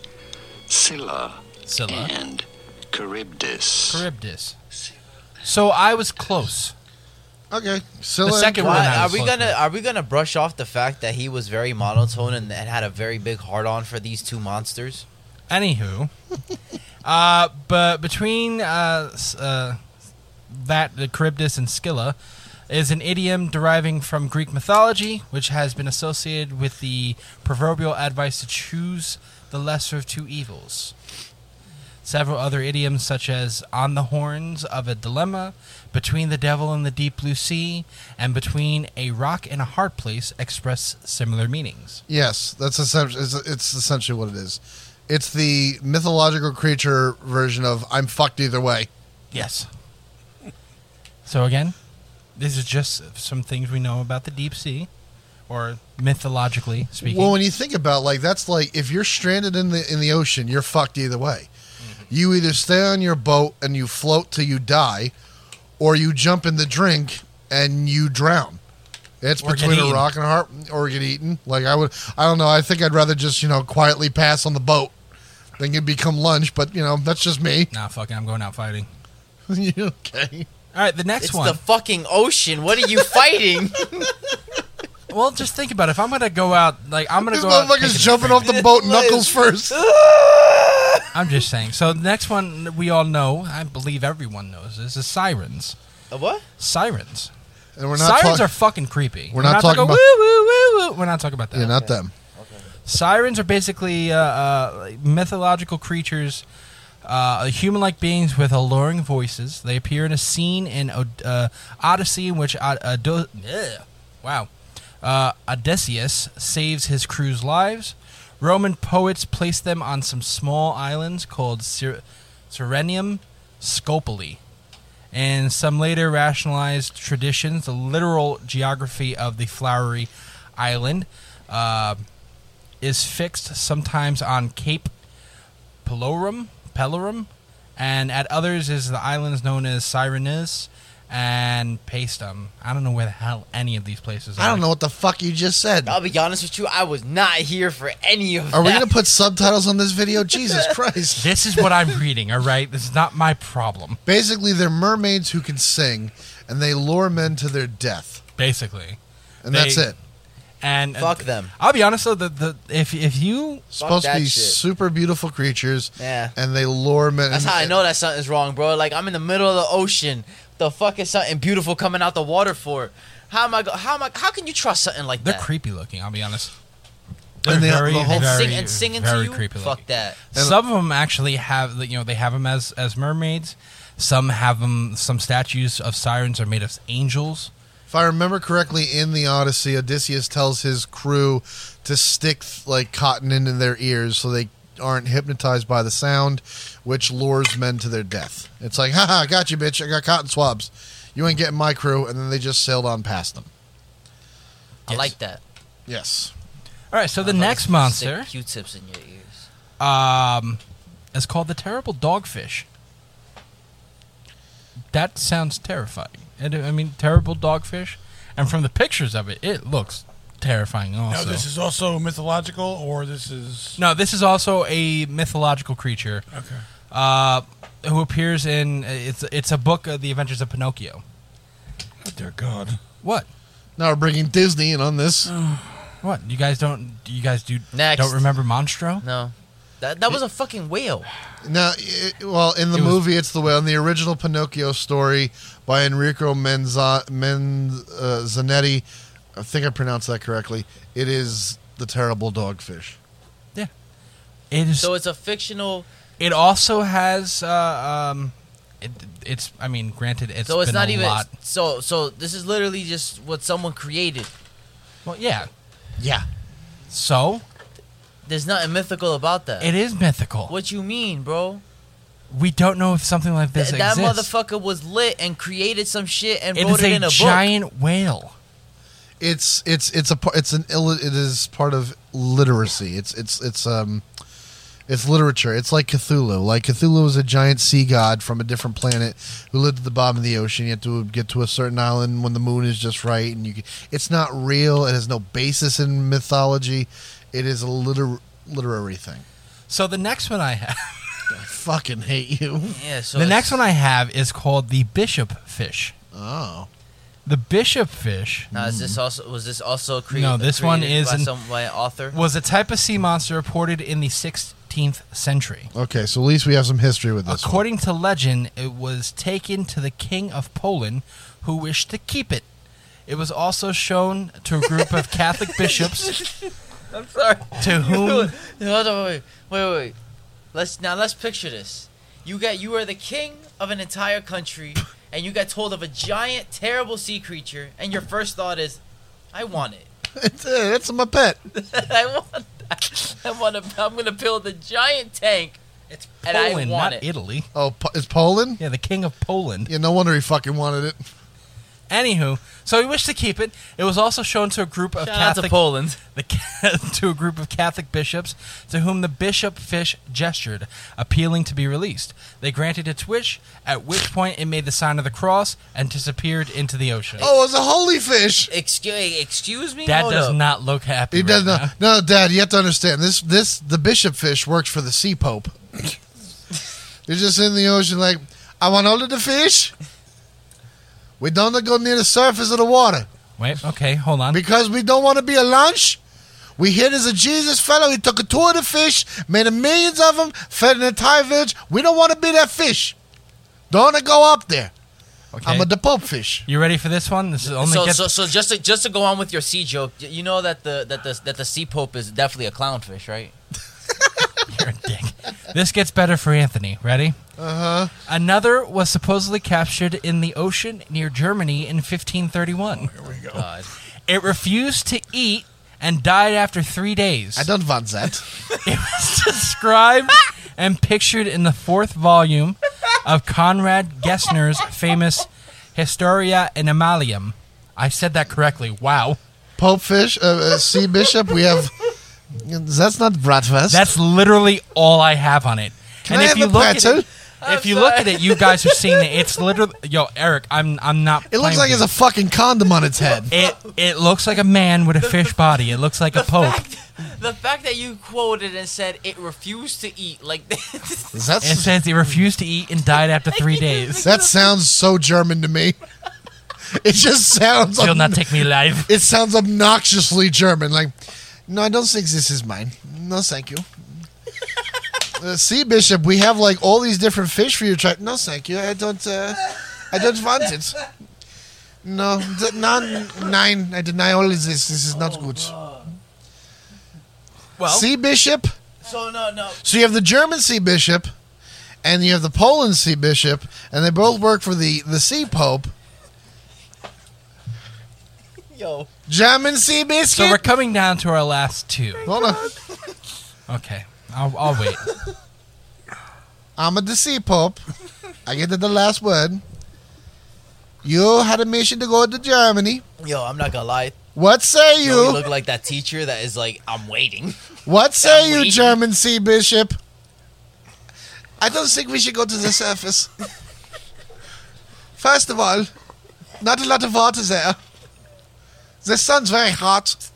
Scylla,
Scylla.
and Charybdis.
Charybdis. So I was close.
Okay. Scylla
The second
and
one
Why-
I
are
was
we
close
gonna
with.
are we gonna brush off the fact that he was very monotone and, and had a very big heart on for these two monsters?
Anywho, [laughs] uh, but between uh, s- uh, that, the Charybdis and Scylla, is an idiom deriving from Greek mythology, which has been associated with the proverbial advice to choose the lesser of two evils. Several other idioms, such as on the horns of a dilemma, between the devil and the deep blue sea, and between a rock and a hard place, express similar meanings.
Yes, that's essentially it's, it's essentially what it is. It's the mythological creature version of "I'm fucked either way."
Yes. So again, this is just some things we know about the deep sea, or mythologically speaking.
Well, when you think about like that's like if you're stranded in the in the ocean, you're fucked either way.
Mm-hmm.
You either stay on your boat and you float till you die, or you jump in the drink and you drown. It's
Or get
between a
eaten.
rock and a hard or get eaten. Like I would, I don't know. I think I'd rather just you know quietly pass on the boat than you become lunch. But you know that's just me.
nah, fucking, I'm going out
[laughs]
fighting.
okay.
All right, the next
It's
one.
the fucking ocean. What are you fighting? [laughs]
well, just think about it. if I'm gonna go out, like I'm gonna
This
go out. picking
motherfucker's
a
jumping
fight.
off
[laughs]
the boat knuckles first.
I'm just saying. So the next one we all know, I believe everyone knows this is sirens.
A what?
Sirens.
And we're not
Sirens
talking.
are fucking creepy.
We're not talking
woo
about-
woo woo woo. We're not talking about that.
yeah, not them.
Sirens are basically uh, uh, like mythological creatures, uh, human-like beings with alluring voices. They appear in a scene in Od- uh, Odyssey in which Od- Odo- Ugh. wow, uh, Odysseus saves his crew's lives. Roman poets place them on some small islands called Sir- Sirenium Scopoli. And some later rationalized traditions, the literal geography of the flowery island. Uh, is fixed sometimes on Cape Pelorum, Pelorum, and at others is the islands known as Cyrenus and Paestum. I don't know where the hell any of these places are.
I don't know what the fuck you just said.
I'll be honest with you, I was not here for any of
Are we
that.
gonna put subtitles on this
[laughs]
video? Jesus Christ!
This is what I'm reading, all right? This is not my problem,
Basically, they're mermaids who can sing, and they lure men to their death,
basically.
and
They-
that's it.
And
Fuck them.
I'll be honest though, the, the if if you
Supposed to
that
be
shit.
super beautiful creatures,
Yeah.
and they lure men.
That's
and-
how I know that something's wrong, bro. Like I'm in the middle of the ocean. The fuck is something beautiful coming out the water for? How am I? Go- how am I? How can you trust something like
they're
that?
creepy looking, I'll be honest.
And they- the whole-
and, sing,
very-
and singing to
very
you?
creepy looking.
Fuck that.
some of them actually have you know they have them as as mermaids some have them some statues of sirens are made of angels
If I remember correctly, in the Odyssey, Odysseus tells his crew to stick like cotton into their ears so they aren't hypnotized by the sound, which lures men to their death. It's like, haha, I got you, bitch. I got cotton swabs. You ain't getting my crew, and then they just sailed on past them.
I like that.
Yes.
all right so the
I like
next
stick
monster
Q-tips in your ears.
um is called the terrible dogfish that sounds terrifying and i mean terrible dogfish and from the pictures of it it looks terrifying
Now,
also
this is also mythological, or this is
No, this is also a mythological creature. Okay. Uh, who appears in it's it's a book of the Adventures of Pinocchio.
Oh, dear God.
What?
Now we're bringing Disney in on this.
What? You guys don't? You guys do?
Next.
Don't remember Monstro?
No. That, that was a fucking whale.
Now, it, well, in the
It was-
movie, it's the whale. In the original Pinocchio story by Enrico Menza, Menzanetti, uh, Zanetti, I think I pronounced that correctly. It is the terrible dogfish.
Yeah. It is.
So it's a fictional.
it also has. Uh, um, it, it's. I mean, granted, it's.
So it's
been
not
a
even.
Lot.
So so this is literally just what someone created.
Well, yeah.
Yeah.
So
There's nothing mythical about that.
it is mythical.
what you mean, bro?
We don't know if something like this
Th- that
exists.
motherfucker was lit and created some shit and
it
wrote
is
it
a,
in a book.
giant whale.
It's it's it's a par- it's an Ill, it is part of literacy. It's it's it's um it's literature. It's like Cthulhu. Like Cthulhu is a giant sea god from a different planet who lived at the bottom of the ocean. You have to get to a certain island when the moon is just right, and you. Can, it's not real. It has no basis in mythology. It is a liter- literary thing.
So the next one I have,
I fucking hate you.
Yeah. So
the
it's-
next one I have is called the bishop fish.
Oh,
The bishop fish
Now, is this also was this also created?
Mm-hmm. No, this one
created
is
by
an-
some by an
[laughs]
author.
was a type of sea monster reported in the 16th century.
okay. So at least we have some history with this. one.
According to legend, it was taken to the king of Poland, who wished to keep it. It was also shown to a group of Catholic
[laughs]
bishops
I'm sorry.
to whom
Hold on, wait, wait, wait. Let's now let's picture this. You got you are the king of an entire
[laughs]
country, and you got told of a giant, terrible sea creature, and your first thought is, "I want
[laughs]
it.
[laughs] It's, uh, that's my pet.
I want. that. [laughs] I want to. I'm gonna build a giant tank." It's and I
Poland,
want
not
it.
Italy.
Oh, po- it's Poland.
Yeah, the king of Poland.
Yeah, no wonder he fucking wanted it.
Anywho, so he wished to keep it. It was also shown to a group of
Shout out to
Catholic
Poland.
the, [laughs] to a group of Catholic bishops to whom the bishop fish gestured, appealing to be released. They granted its wish, at which point it made the sign of the cross and disappeared into the ocean.
Oh, it's a holy fish.
Excuse, excuse me.
that
Hold
does
up.
not look happy.
He
right
does
now.
not. No, Dad, you have to understand this. This the bishop fish works for the sea [laughs] pope. They're just in the ocean, like I want all of the fish. We don't go near the surface of the water
Wait, okay, hold on.
because we don't want to be a lunch. We hear there's a Jesus fellow. He took a tour of the fish, made a millions of them, fed an entire village. We don't want to be that fish. Don't want to go up there.
Okay.
I'm a the pope fish.
you ready for this one? This is only
So,
gets-
so, so just to, just to go on with your sea joke, y- you know that the that the that the sea pope is definitely a clownfish, right?
[laughs] You're a dick. This gets better for Anthony. Ready? Uh huh. Another was supposedly captured in the ocean near Germany in 1531. Here we go. It refused to eat and died after three days.
I don't want that.
It was [laughs] described and pictured in the fourth volume of Conrad Gessner's famous Historia Animalium. I said that correctly. Wow.
Pope fish, uh, uh, sea bishop. We have. That's not bratwurst.
That's literally all I have on it.
Can I have a
at
pretzel?
it, if you look at it, you guys are seeing it. It's literally yo, Eric. I'm I'm not.
It looks like it's a fucking condom on its head.
It it looks like a man with a fish body. It looks like a pope.
The fact that you quoted and said it refused to eat, like that.
It
That's,
says he refused to eat and died after three days.
that sounds so German to me. It just sounds.
Will not
ob-
take me alive.
it sounds obnoxiously German. Like, no, I don't think this is mine. No,
[laughs]
thank you. Uh, sea bishop, we have like all these different fish for you to try. No, thank you. I don't. Uh, I don't want it. No, th- none. Nine. I deny all of this. This is not good.
Oh, Well,
Sea bishop.
[laughs] so no, no.
So you have the German sea bishop, and you have the Poland sea bishop, and they both work for the the sea pope.
Yo,
German sea
so we're
biscuit.
coming down to our last two.
Hold
[laughs]
on,
Okay, I'll, I'll wait.
I'm a the sea pope. I get to the last word. You had a mission to go to Germany.
yo, I'm not gonna lie.
What
Yo,
say
you
you?
look like that teacher that is like, I'm waiting.
What say
I'm
you,
waiting.
German sea bishop? I don't think we should go to the surface. First of all, not a lot of water there. The sun's very hot.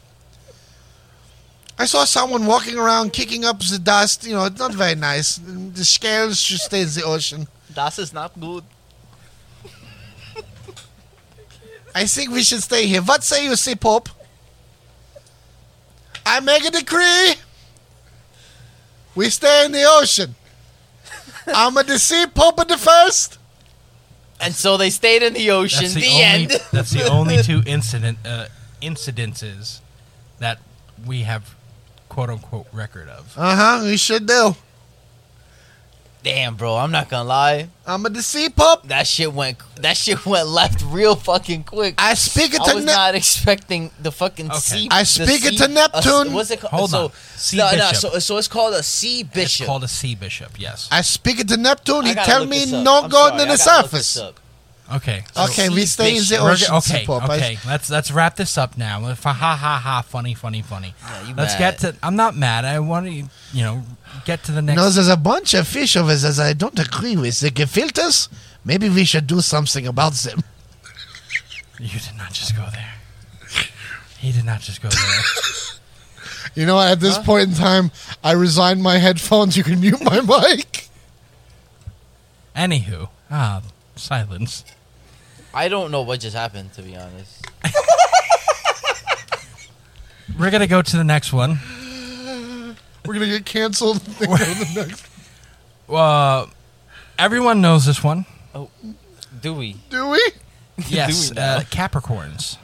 I saw someone walking around kicking up the dust. You know, it's not very nice. The scales should stay in the ocean.
Das is not good.
I think we should stay here. What say you, see, Pope? I make a decree. We stay in the ocean. I'm a the sea Pope of the first.
And so they stayed in the ocean.
That's
the
the, only.
end.
[laughs] that's the only two incident uh, incidences that we have quote unquote record of.
Uh huh. We should do.
Damn, bro, I'm not gonna lie.
I'm a the sea Pope.
That shit went. That shit went left real fucking quick.
I speak it
I
to
was
ne-
not expecting the fucking
Okay.
sea.
I
the
speak it
sea-
to
a s-
Neptune.
what's it called?
Hold
so,
on. Sea
no, no.
bishop.
So, so it's called a sea
It's
bishop.
called a sea bishop. Yes.
I speak it to Neptune.
I
He
gotta
tell
look
me
this up.
no
I'm
going
sorry,
in
I
the
gotta look this
surface.
up.
okay. so-
Okay, we stay in the
We're
ocean.
go- okay,
oh, sea Pope. I-
okay. Let's let's wrap this up now. Fa- Ha ha ha! Funny, funny, funny.
you
let's
mad.
get to. I'm not mad. I want to, you know, get to the next.
No, there's a bunch of fish over there that I don't agree with. The gefilte, maybe we should do something about them.
[laughs] You did not just go there. He did not just go there.
You know, at this point in time, I resigned my headphones. You can mute my [laughs] mic.
Anywho, ah, silence.
I don't know what just happened to be honest.
We're gonna go to the next one.
We're gonna get canceled.
Uh, everyone knows this one.
Do we?
Do we?
Yes,
Do we now?
uh, Capricorns,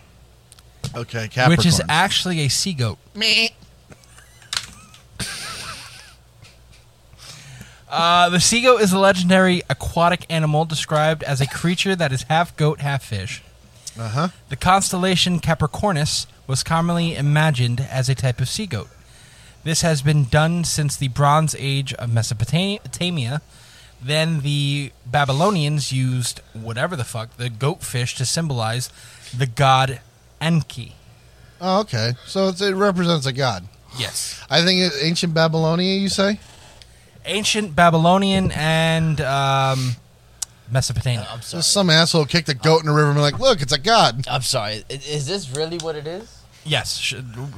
Okay,
which is actually a sea goat.
me.
[laughs] Uh, the sea goat is a legendary aquatic animal described as a creature that is half goat, half fish.
Uh huh.
The constellation Capricornus was commonly imagined as a type of sea goat. This has been done since the Bronze Age of Mesopotamia. Then the Babylonians used whatever the fuck, the goat fish, to symbolize the god Enki.
Oh, okay. So it's, it represents a god.
Yes.
I think it's ancient Babylonia. You say?
Ancient Babylonian and um, Mesopotamia.
I'm sorry.
Just some asshole kicked a goat in a river and be like, "Look, it's a god."
I'm sorry. Is, is this really what it is?
Yes. sh-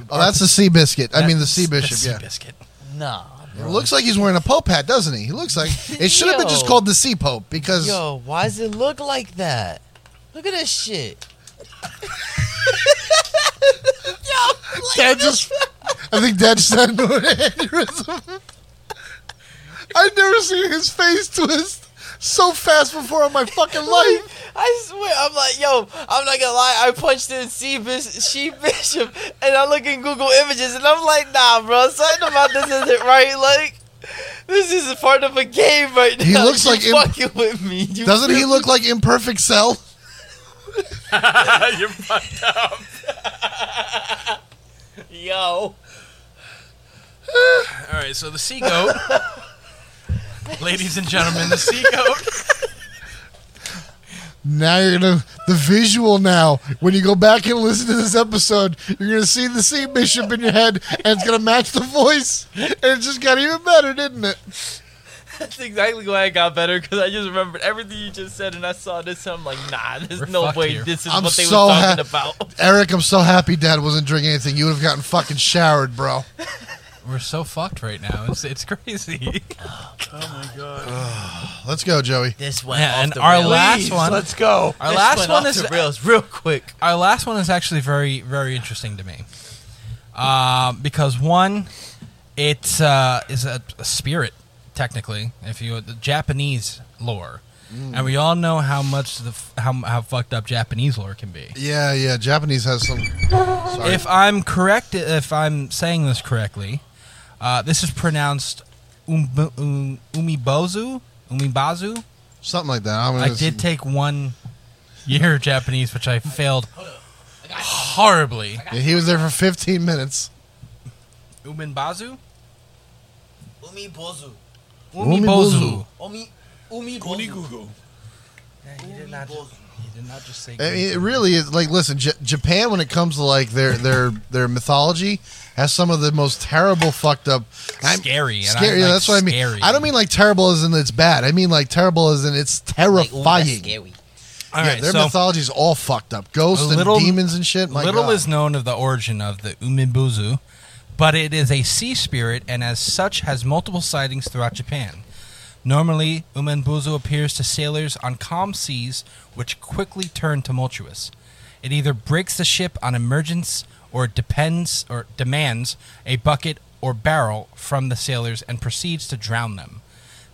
Oh, that's the sea biscuit. I mean, the
that's-
sea
that's
bishop.
sea
Yeah.
biscuit.
Nah.
It looks like he's wearing a pope hat, doesn't he? He looks like it should have been just
Yo.
called the sea pope because
Yo, why does it look like that? Look at this shit.
Dad just. I think Dad just had an aneurysm. I've never seen his face twist so fast before in my fucking life.
I swear, I'm like, yo, I'm not gonna lie. I punched in C bis- she bishop, and I look in Google Images, and I'm like, nah, bro, something about this isn't right. Like, this is a part of a game right now.
He looks
You
like imp-
fucking with me. You
Doesn't he look like imperfect cell?
You're fucked up.
yo?
All right, so the sea goat.
[laughs]
Ladies and gentlemen, the sea goat
Now you're gonna the visual. Now when you go back and listen to this episode, you're gonna see the sea bishop in your head, and it's gonna match the voice. And it just got even better, didn't it?
That's exactly why I got better because I just remembered everything you just said, and I saw this, and I'm like, nah, there's
We're
no
fucked
way
here.
this is
I'm
what they
so
were talking
ha-
about.
Eric, I'm so happy Dad wasn't drinking anything. You would have gotten fucking showered, bro.
We're so fucked right now. It's it's crazy.
Let's go, Joey.
This
[laughs]
went
Yeah,
off
and
the
our
rails.
last
Please,
one-
Let's go.
Our
This
last
went
one
off
is-
the
[laughs]
rails real quick.
Our last one is actually very very interesting to me, um, because one, it uh, is a, a spirit technically, if you the Japanese lore,
Mm.
and we all know how much the f- how how fucked up Japanese lore can be.
Yeah, yeah. Japanese has some. Sorry.
If I'm correct, if I'm saying this correctly, uh, this is pronounced um, um, umibozu, umibazu.
Something like that. I'm gonna
I did take one year of Japanese, which I failed horribly.
Yeah, he was there for 15 minutes.
Uminbazu?
Umi Bozu.
Umibozu.
Umi Umi
Goonie
Bozu.
Google.
You did not just say.
I mean, it really is like listen, J- Japan when it comes to like their their their mythology has some of the most terrible fucked up
Scary, and I
scary.
like
that's what I mean.
scary.
I don't mean like terrible as in it's bad. I mean like terrible as in it's terrifying.
All
yeah,
right,
their
so
mythology is all fucked up. Ghosts
Little-
and demons and shit. My
little
God.
is known of the origin of the Umibuzu, but it is a sea spirit and as such has multiple sightings throughout Japan. Normally, Uminbuzu appears to sailors on calm seas, which quickly turn tumultuous. It either breaks the ship on emergence or depends or demands a bucket or barrel from the sailors and proceeds to drown them.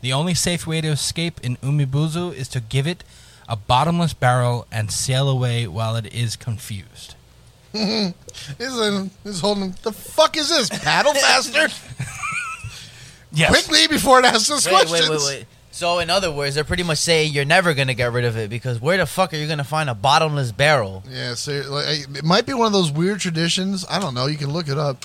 The only safe way to escape in Umibuzu is to give it a bottomless barrel and sail away while it is confused.
He's, in, he's holding. The fuck is
[laughs]
this? Paddle faster!
Yes.
Quickly before it asks us
Wait,
questions.
wait, wait, wait. So, in other words, they're pretty much saying you're never gonna get rid of it because where the fuck are you gonna find a bottomless barrel?
Yeah, so like, it might be one of those weird traditions. I don't know. You can look it up.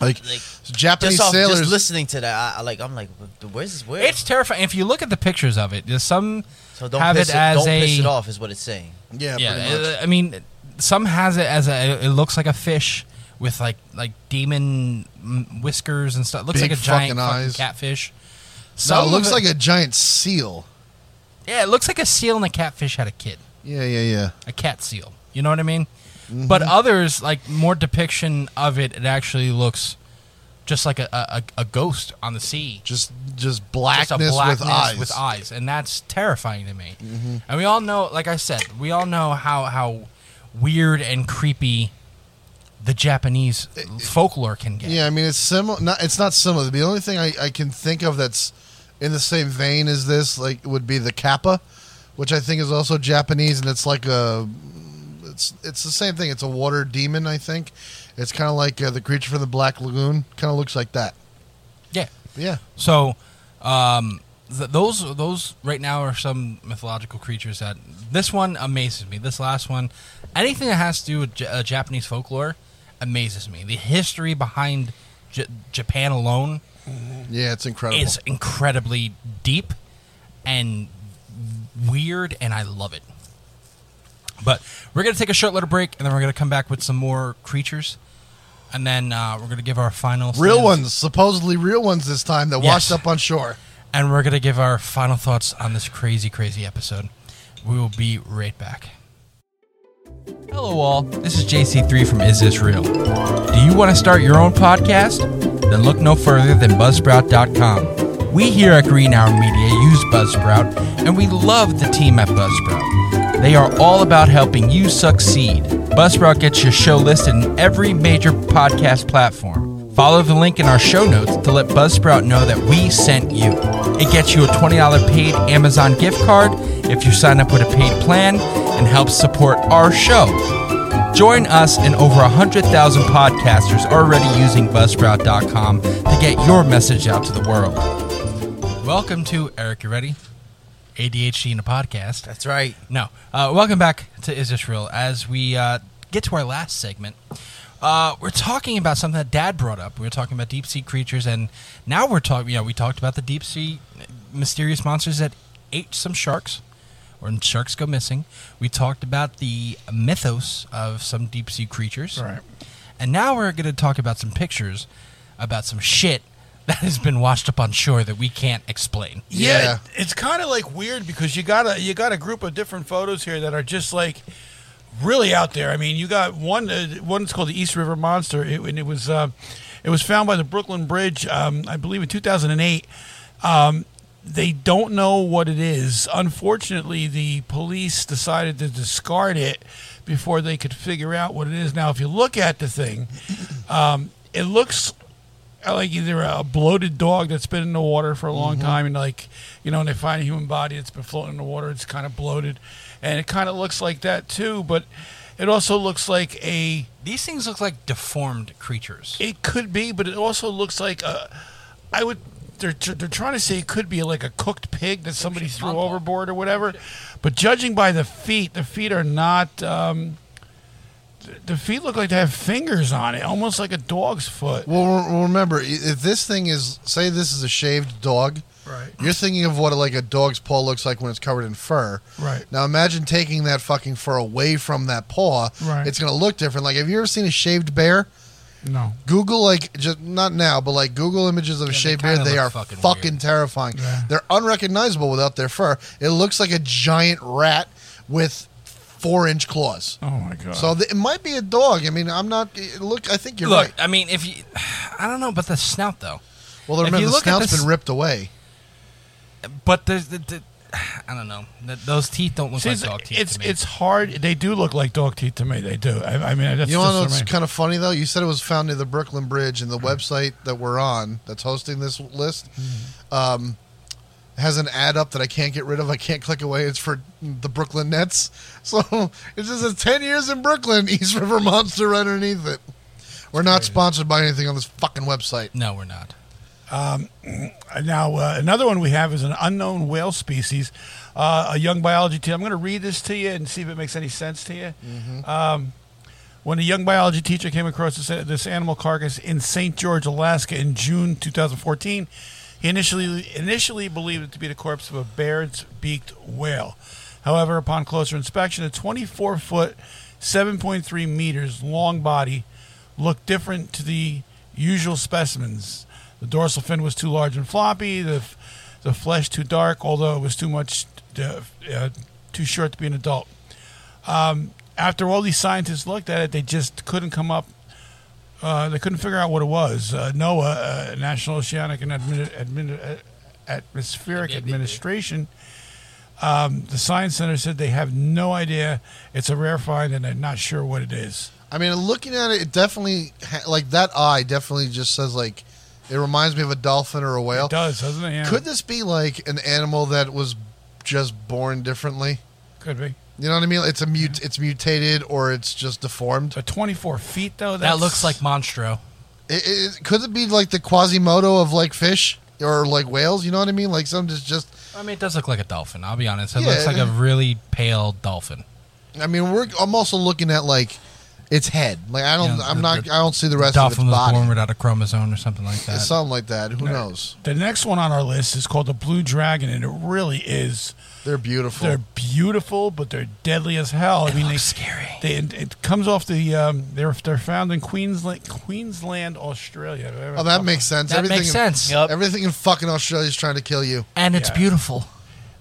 Like,
Like,
Japanese
just off
sailors.
just listening to that, I, I like I'm like, "Wh- where's this? Where?
It's terrifying. If you look at the pictures of it, there's some
so don't
have
piss
it as
don't
a
piss it off is what it's saying.
yeah,
yeah.
pretty much.
uh, I mean, some has it as a. It looks like a fish with like like demon mm, whiskers and stuff. It looks
Big
like a giant
fucking
fucking
eyes.
catfish.
no,
Some
it
of
looks like a giant seal.
yeah. It looks like a seal and a catfish had a kid,
Yeah, yeah, yeah.
a cat seal. You know what I mean? But others like more depiction of it. It actually looks just like a a, a ghost on the sea.
Just, just
Just
blackness,
a blackness
with eyes.
with eyes, and that's terrifying to me. And we all know, like I said, we all know how how weird and creepy the Japanese folklore can get.
Yeah, I mean it's similar. Not, it's not similar. The only thing I, I can think of that's in the same vein as this, like, would be the kappa, which I think is also Japanese, and it's like a, it's it's the same thing. It's a water demon, I think. It's kind of like uh, the creature from the Black Lagoon. Kind of looks like that.
Yeah.
But yeah,
So, um, th- those those right now are some mythological creatures that this one amazes me. This last one, anything that has to do with J- uh, Japanese folklore, amazes me. The history behind J- Japan alone
yeah, it's incredible.
is incredibly deep and weird, and I love it. But we're gonna take a short little break, and then we're gonna come back with some more creatures, and then uh, we're gonna give our final
real
stands-
ones, supposedly real ones this time that
Yes.
washed up on shore.
and we're going to give our final thoughts on this crazy, crazy episode. We will be right back. Hello, all. This is JC3 from Is This Real? Do you want to start your own podcast? Then look no further than Buzzsprout.com. We here at Green Hour Media use Buzzsprout, and we love the team at Buzzsprout. They are all about helping you succeed. Buzzsprout gets your show listed in every major podcast platform. Follow the link in our show notes to let Buzzsprout know that we sent you. It gets you a $20 paid Amazon gift card if you sign up with a paid plan and helps support our show. Join us and over 100,000 podcasters already using Buzzsprout.com to get your message out to the world. Welcome to Eric, you ready? ADHD in a podcast.
That's right.
No. Uh, welcome back to Is This Real? As we uh, get to our last segment, uh, we're talking about something that Dad brought up. We were talking about deep sea creatures, and now we're talking. You know, we talked about the deep sea mysterious monsters that ate some sharks, or sharks go missing. We talked about the mythos of some deep sea creatures, right? And now we're going to talk about some pictures about some shit [laughs] that has been washed up on shore that we can't explain.
Yeah,
Yeah.
it- it's kind of like weird because you got a you got a group of different photos here that are just like really out there. I mean, you got one uh, one's called the East River Monster, it, and it was uh, it was found by the Brooklyn Bridge, um, I believe, in 2008. Um, they don't know what it is. Unfortunately, the police decided to discard it before they could figure out what it is. Now, if you look at the thing, um, it looks I like either a bloated dog that's been in the water for a long time and like you know and they find a human body that's been floating in the water it's kind of bloated and it kind of looks like that too but it also looks like a
These things look like deformed creatures.
it could be but it also looks like a i would they're, tr- they're trying to say it could be like a cooked pig that somebody threw overboard or whatever but judging by the feet the feet are not um, th- the feet look like they have fingers on it almost like a dog's foot
Well, re- remember, i- if this thing is, say, this is a shaved dog,
Right.
You're thinking of what like a dog's paw looks like when it's covered in fur,
Right.
Now imagine taking that fucking fur away from that paw,
Right.
It's gonna look different. Like, have you ever seen a shaved bear?
no
Google like just not now, but like Google images of a
they
shaved bear.
kinda
They
look
are
fucking
fucking,
weird.
terrifying. They're unrecognizable without their fur. It looks like a giant rat with four inch claws.
oh my god
So th- it might be a dog. I mean, I'm not. Look, I think you're
Uh-huh. Look,
right.
I mean, if you, I don't know, but the snout though.
Well,
if
remember
you
the
look at
snout's
this-
been ripped away.
But there's the, the, I don't know. Th- those teeth don't look
See,
like
it's,
dog teeth.
it's,
to me.
it's hard. They do look like dog teeth to me. They do. I, I mean, that's
You know
just
what's
the
kind of funny though? You said it was found near the Brooklyn Bridge, and the website that we're on that's hosting this list
Mm-hmm.
um, has an ad up that I can't get rid of. I can't click away. It's for the Brooklyn Nets. [laughs] So it just says 10 years in Brooklyn, [laughs] East River Monster right underneath it. We're not sponsored by anything on this fucking website.
no, we're not.
Uh, Now, uh, another one we have is an unknown whale species, uh, a young biology teacher. I'm going to read this to you and see if it makes any sense to you. Um, when a young biology teacher came across this, this animal carcass in St. George, Alaska in June 2014, he initially, initially believed it to be the corpse of a Baird's beaked whale. However, upon closer inspection, a 24 foot, 7.3 meters long body looked different to the usual specimens. The dorsal fin was too large and floppy. The the flesh too dark, although it was too much uh, uh, too short to be an adult. Um, after all these scientists looked at it, they just couldn't come up. Uh, they couldn't figure out what it was. Uh, NOAA, uh, National Oceanic and Admin- Admin- uh, Atmospheric Administration, um, the Science Center said they have no idea. It's a rare find, and they're not sure what it is.
I mean, looking at it, it definitely, ha- like that eye definitely just says, like, it reminds me of a dolphin or a whale.
It does, doesn't it? Yeah.
Could this be like an animal that was just born differently?
could be.
You know what I mean? It's a mut- it's mutated or it's just deformed.
But 24 feet though.
That
that's-
looks like Monstro.
It, it, could it be like the Quasimodo of like fish or like whales? You know what I mean? Like some just just.
I mean, it does look like a dolphin. I'll be honest. It
Yeah.
looks like a really pale dolphin.
I mean, we're I'm also looking at like its head. Like I don't
Yeah,
I'm
the-
not
the-
I don't see the rest of its
dolphin was born
body.
without a chromosome or something like that.
Something like that. Who knows?
The next one on our list is called the Blue Dragon, and it really is.
They're beautiful.
They're beautiful, but they're deadly as hell. I mean, they,
looks scary.
They, it, it comes off the. Um, they're they're found in Queensland, Queensland, Australia.
oh, that makes sense.
that
everything
makes
in-
sense.
Yup.
Everything in fucking Australia is trying to kill you.
And it's
Yeah.
beautiful.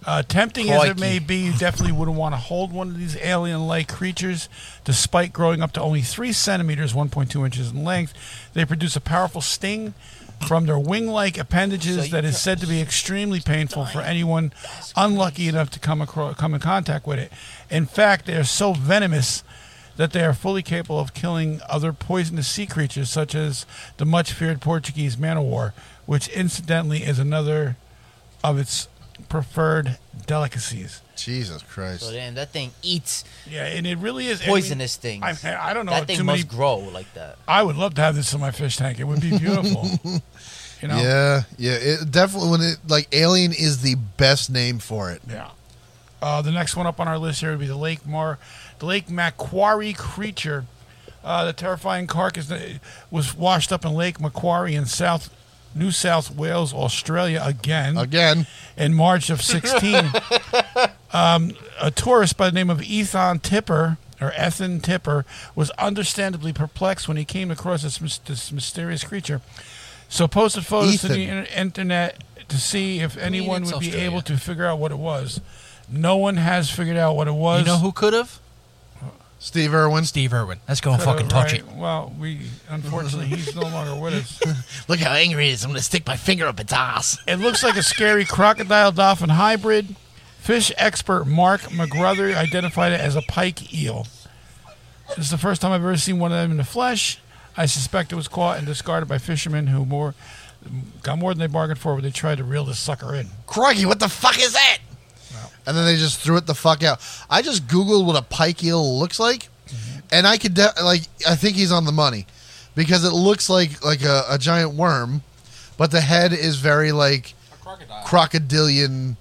Uh, tempting as it
Crikey.
may be, you definitely wouldn't want to hold one of these alien-like creatures. Despite growing up to only three centimeters (1.2 inches) in length, they produce a powerful sting from their wing-like appendages
So you
that is
got-
said to be extremely painful for anyone unlucky enough to come across, come in contact with it. In fact, they are so venomous that they are fully capable of killing other poisonous sea creatures, such as the much-feared Portuguese man-o-war, which incidentally is another of its preferred delicacies.
Jesus Christ.
So damn, that thing eats
Yeah, and it really is I mean,
poisonous things.
I, I don't know
that thing
too
must
many.
grow like that.
I would love to have this in my fish tank. It would be [laughs] beautiful. you know.
Yeah, yeah. It definitely when it like alien is the best name for
Mm-hmm.
it.
Yeah. Uh, the next one up on our list here would be the Lake Mar, the Lake Macquarie creature. Uh, the terrifying carcass that was washed up in Lake Macquarie in South New South Wales, Australia again.
Again,
in March of 16. um, a tourist by the name of Ethan Tipper, or Ethan Tipper, was understandably perplexed when he came across this, mys- this mysterious creature. So posted photos to the
Ethan.
inter- internet to see if anyone
it's
would be
Australia.
able to figure out what it was. No one has figured out what it was.
You know who could have?
Steve Irwin.
Steve Irwin. Let's go and
Uh,
fucking touch
right.
it.
Well, we unfortunately he's no longer with us.
Look how angry it is. I'm going to stick my finger up its ass.
It looks like a scary crocodile dolphin hybrid. Fish expert Mark McGruther identified it as a pike eel. This is the first time I've ever seen one of them in the flesh. I suspect it was caught and discarded by fishermen who more got more than they bargained for when they tried to reel this sucker in.
Crikey, what the fuck is that? And then they just threw it the fuck out. I just googled what a pike eel looks like,
Mm-hmm.
and I could de- like I think he's on the money because it looks like like a, a giant worm, but the head is very like
crocodile.
crocodilian.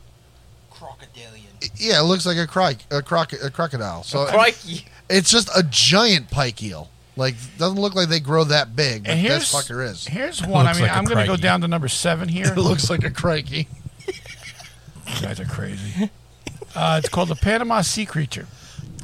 Crocodilian.
Yeah, it looks like a crike, a, croc, a crocodile. So
Crikey.
it's just a giant pike eel. Like doesn't look like they grow that big, but
And
this
here's
fucker
[laughs]
is.
here's one. I
looks
mean,
like a
I'm going to go
crikey.
down to number
[laughs]
seven here.
It looks like a crikey.
you guys are crazy. [laughs] Uh, it's called the Panama sea creature.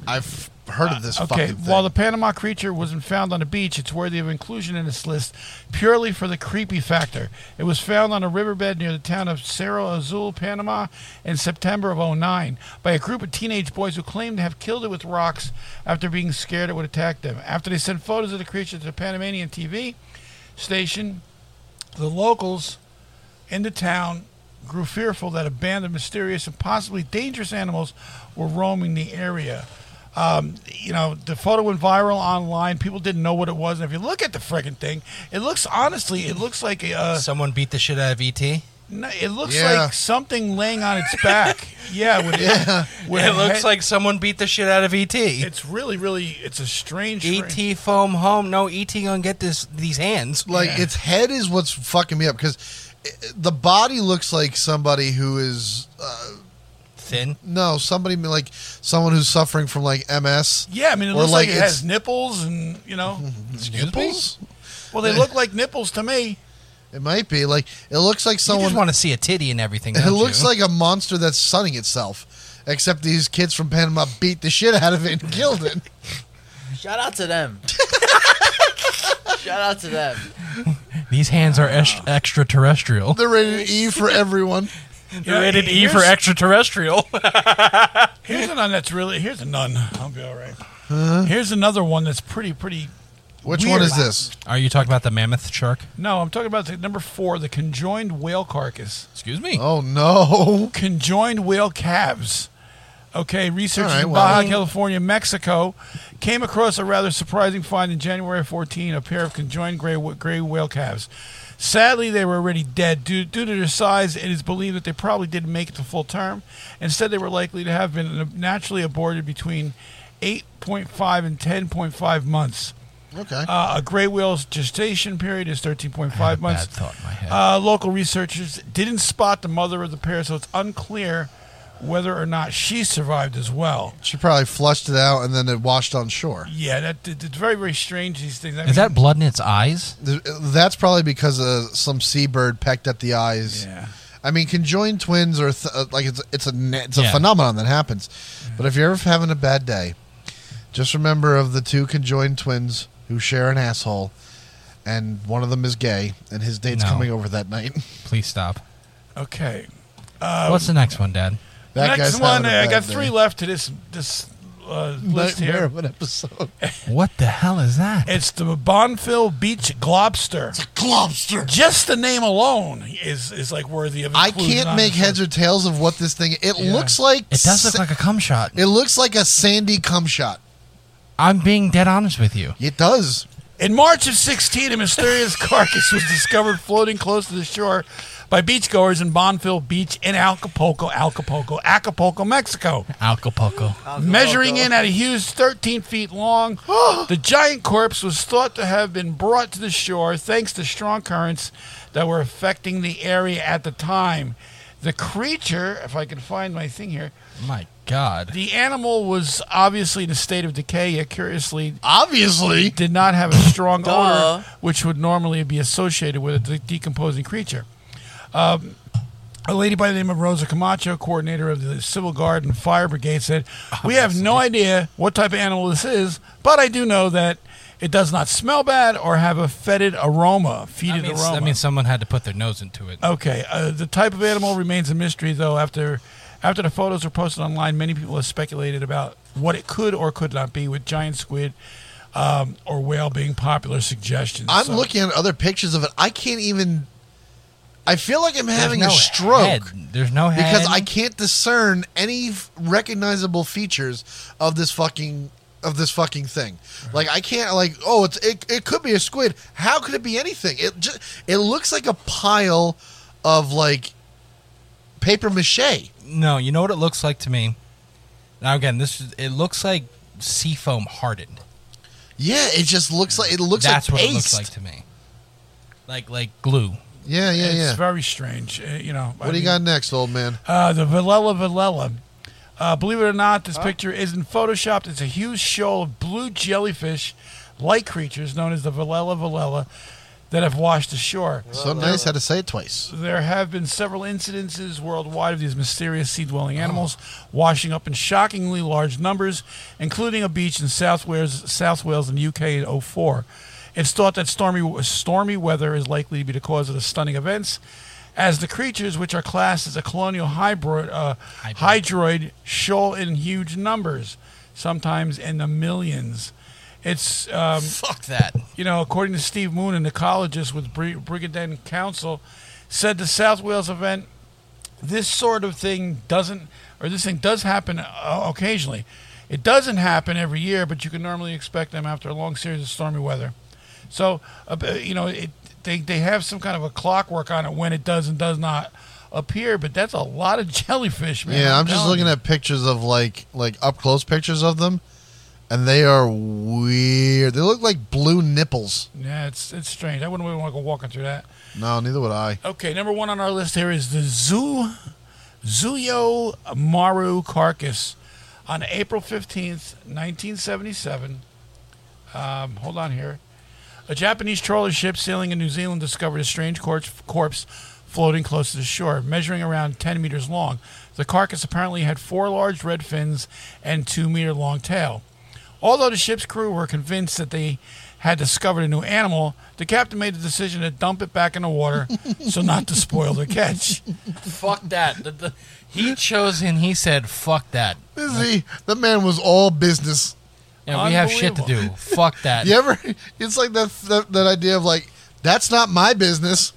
I've heard of this
Uh, Okay,
fucking thing.
while the Panama creature wasn't found on the beach, it's worthy of inclusion in this list purely for the creepy factor. It was found on a riverbed near the town of Cerro Azul, Panama, in September of 09 by a group of teenage boys who claimed to have killed it with rocks after being scared it would attack them. After they sent photos of the creature to the Panamanian TV station, the locals in the town grew fearful that a band of mysterious and possibly dangerous animals were roaming the area. Um, you know, the photo went viral online. People didn't know what it was. And if you look at the freaking thing, it looks honestly, it looks like a.
[laughs]
Uh,
Someone beat the shit out of E ET.
no, it looks
Yeah.
like something laying on its back. yeah, with,
Yeah.
with
it
a
looks
head-
like someone beat the shit out of E ET.
it's really, really, it's a strange.
ET E foam home. No ET gonna get this these hands.
Like its head is what's fucking me up because the body looks like somebody who is
Thin.
no somebody like someone who's suffering from like MS.
Yeah, I mean, it
Or
looks
like
like, it
it's-
has nipples and you know.
[laughs] Nipples?
Well, they look like nipples to me.
It might be like it looks like
You
someone.
just want to see a titty and everything.
It
don't
looks
you?
like a monster that's sunning itself, except these kids from Panama beat the shit out of it and killed it.
Shout out
[laughs]
to them. Shout out to them.
these hands are ex- extraterrestrial.
They're rated E for everyone.
Yeah,
rated E
here's-
for extraterrestrial.
Here's a nun that's really. Here's a nun. I'll be all right. Here's another one that's pretty, pretty.
Which
Weird.
one is this?
Are you talking about the mammoth shark?
No, I'm talking about the, number four, the conjoined whale carcass,
Excuse me.
[laughs]
Oh no!
conjoined whale calves. Okay, researchers
All right,
in
well-
Baja California, Mexico, came across a rather surprising find in January of 14, a pair of conjoined gray, gray whale calves. Sadly, they were already dead. Due, due to their size, it is believed that they probably didn't make it to full term. Instead, they were likely to have been naturally aborted between 8.5 and 10.5 months.
Okay.
Uh, a gray whale's gestation period is 13.5 months.
bad thought in my head.
Uh, local researchers didn't spot the mother of the pair, so it's unclear whether or not she survived as well.
she probably flushed it out and then it washed on shore.
Yeah, that it- it's very very strange. These things. I
Is
mean,
that blood in its eyes?
Th- That's probably because uh, some seabird pecked at the eyes.
Yeah.
I mean, conjoined twins are th- uh, like it's it's a na- it's a
Yeah.
phenomenon that happens. But if you're ever having a bad day, just remember of the two conjoined twins who share an asshole, and one of them is gay, and his date's
No.
coming over that night. [laughs]
Please stop.
okay?
Um,
What's the next one, Dad?
That
Next
guy's
one.
having a
I got
bad
three
day.
left to this this uh, list
Nightmare
here.
of an episode.
What the hell is that?
It's the Bonfil Beach Globster.
Globster.
Just the name alone is is like worthy of.
I
inclusion
can't
on
make
this list.
heads or tails of what this thing. It looks like
It does look
sa-
like a cum shot.
it looks like a sandy cum shot.
I'm being dead honest with you.
It does.
In March of 16, a mysterious [laughs] carcass was discovered floating close to the shore by beachgoers in Bonfil Beach in Acapulco, Acapulco, Acapulco, Mexico.
Acapulco.
Uh,
Measuring in at a huge 13 feet long, the giant corpse was thought to have been brought to the shore thanks to strong currents that were affecting the area at the time. The creature, if I can find my thing here,
My God.
the animal was obviously in a state of decay, yet curiously
Obviously.
did not have a
[laughs]
strong
Duh.
odor, which would normally be associated with a de- decomposing creature. Um, a lady by the name of Rosa Camacho, coordinator of the Civil Guard and Fire Brigade, said, We have no idea what type of animal this is, but I do know that it does not smell bad or have a fetid aroma,
That
fetid
means,
aroma.
that means someone had to put their nose into it.
Okay, uh, the type of animal remains a mystery, though. After after the photos were posted online, many people have speculated about what it could or could not be, with giant squid um, or whale being popular suggestions.
I'm
So-
looking at other pictures of it. I can't even. I feel like I'm
There's
having
no
a stroke
head. There's no head.
because I can't discern any f- recognizable features of this fucking of this fucking thing. Like I can't like oh it's it, it could be a squid. How could it be anything? It just it looks like a pile of like paper mache.
No, you know what it looks like to me. Now again, this is, it looks like seafoam hardened.
Yeah, it just looks like it looks
That's what
like paste.
it looks like to me. Like like glue.
Yeah, yeah,
It's
yeah.
very strange, uh, you know.
What do you got next, old man?
Uh, the Villela Villela. Uh, believe it or not, this picture isn't photoshopped. It's a huge shoal of blue jellyfish, like creatures known as the Villela Villela, that have washed ashore.
So nice how to say it twice.
There have been several incidences worldwide of these mysterious sea dwelling animals washing up in shockingly large numbers, including a beach in South Wales, South Wales in the UK in 04. It's thought that stormy, stormy weather is likely to be the cause of the stunning events, as the creatures, which are classed as a colonial hybrid, uh, hydroid, shoal in huge numbers, sometimes in the millions. It's um,
Fuck that.
you know, according to Steve Moon, an ecologist with Bri- Brigaden Council, said the South Wales event this sort of thing doesn't, or this thing does happen uh, occasionally. It doesn't happen every year, but you can normally expect them after a long series of stormy weather. So, uh, b- you know, it, they, they have some kind of a clockwork on it when it does and does not appear, but that's a lot of [laughs] jellyfish, man.
Yeah, I'm just
telling
looking
you.
at pictures of like like up close pictures of them, and they are weird. They look like blue nipples.
Yeah, it's, it's strange. I wouldn't want to go walking through that.
No, neither would I.
Okay, number one on our list here is the Zoo Zuyo Maru carcass on April fifteenth, nineteen seventy-seven. Um, hold on here. A Japanese trawler ship sailing in New Zealand discovered a strange cor- corpse floating close to the shore, measuring around 10 meters long. The carcass apparently had four large red fins and two meter long tail. Although the ship's crew were convinced that they had discovered a new animal, the captain made the decision to dump it back in the water so not to spoil their catch.
Fuck that. The- the- he chose and he said, fuck that.
Busy. The man was all business.
Yeah, we have shit to do.
Unbelievable.
Fuck that.
You ever? [laughs] It's like that that, that idea of like that's not my business.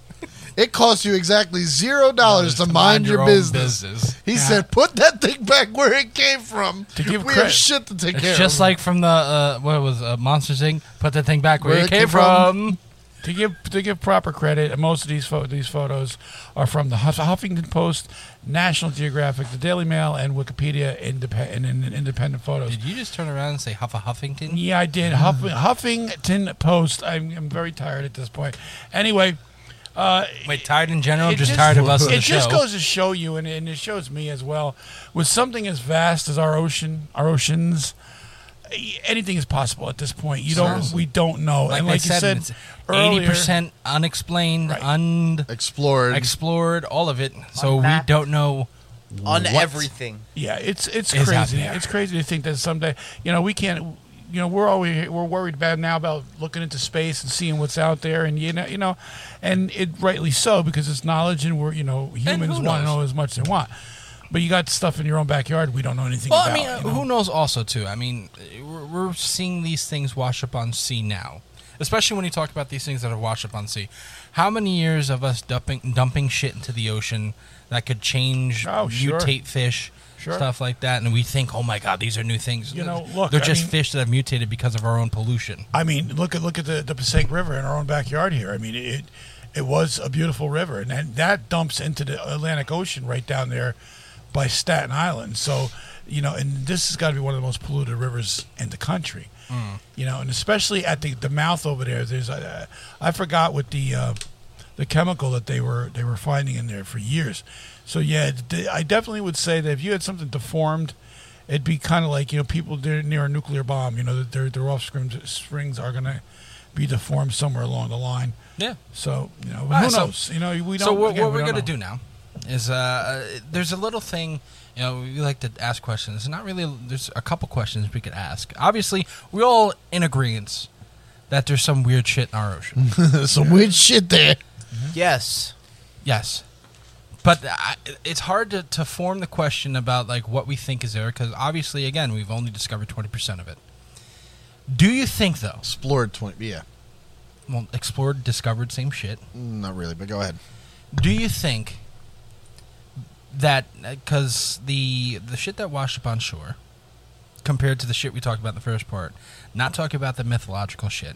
It costs you exactly zero dollars to mind, your,
own
business. He said, "Put that thing back where it came from."
To give
we
credit.
have shit to take care
It's just
of.
like from the uh, what was uh, Monsters Inc. Put that thing back where, it came, from.
To give to give proper credit, most of these pho- these photos are from the Huff- Huffington Post, National Geographic, the Daily Mail, and Wikipedia indep- and, and, and independent photos.
Did you just turn around and say Huffa Huffington?
Yeah, I did. Huff- Huffington Post. I'm, I'm very tired at this point. Anyway,
Wait, tired in general,
it
just, tired
[laughs]
of us. on
It
the
just
show?
goes to show you, and, and it shows me as well. With something as vast as our ocean, our oceans, eh, anything is possible at this point. You don't. We don't know.
like,
and
they
like you said, earlier-
eighty percent unexplained,
Right.
explored.
unexplored, all of it. So we
Unmapped.
don't know.
on
What?
everything.
Yeah, it's it's
is out
crazy.
there.
It's crazy to think that someday, you know, we can't. You know, we're always we're worried about now about looking into space and seeing what's out there, and you know, you know, and it rightly so because it's knowledge, and we're you know humans
who
want
knows?
to know as much as they want. But you got stuff in your own backyard we don't know anything
Well,
about.
I mean, uh,
you know?
who knows? Also, too. I mean, we're, we're seeing these things wash up on sea now, especially when you talk about these things that have washed up on sea. How many years of us dumping dumping shit into the ocean that could change,
Oh, sure.
mutate fish,
Sure.
stuff like that, and we think, oh my god, these are new things.
You know, look,
they're
I
just
mean-
fish that have mutated because of our own pollution.
I mean, look at look at the, the Passaic River in our own backyard here. I mean, it it was a beautiful river, and that, that dumps into the Atlantic Ocean right down there by Staten Island. So, you know, and this has got to be one of the most polluted rivers in the country. You know, and especially at the, the mouth over there. There's a, I forgot what the uh, the chemical that they were they were finding in there for years. So yeah, d- I definitely would say that if you had something deformed, it'd be kind of like you know people they're near a nuclear bomb. You know that their their offspring springs are gonna be deformed somewhere along the line.
Yeah.
So you know who
right, so-
knows? you know we don't.
So what,
again,
what
we
we're
don't
gonna
know.
do now is uh, uh, there's a little thing. You know, we like to ask questions. Not really. There's a couple questions we could ask. Obviously, we're all in agreement that there's some weird shit in our
Mm.
ocean.
[laughs] Some weird shit there.
Yes.
yes, but uh, I, it's hard to, to form the question about like what we think is there because obviously, again, we've only discovered twenty percent of it. Do you think though?
Explored twenty. Yeah,
Well, explored, discovered, same shit.
Mm, not really, but go ahead.
Do you think that because the the shit that washed up on shore, compared to the shit we talked about in the first part, not talking about the mythological shit,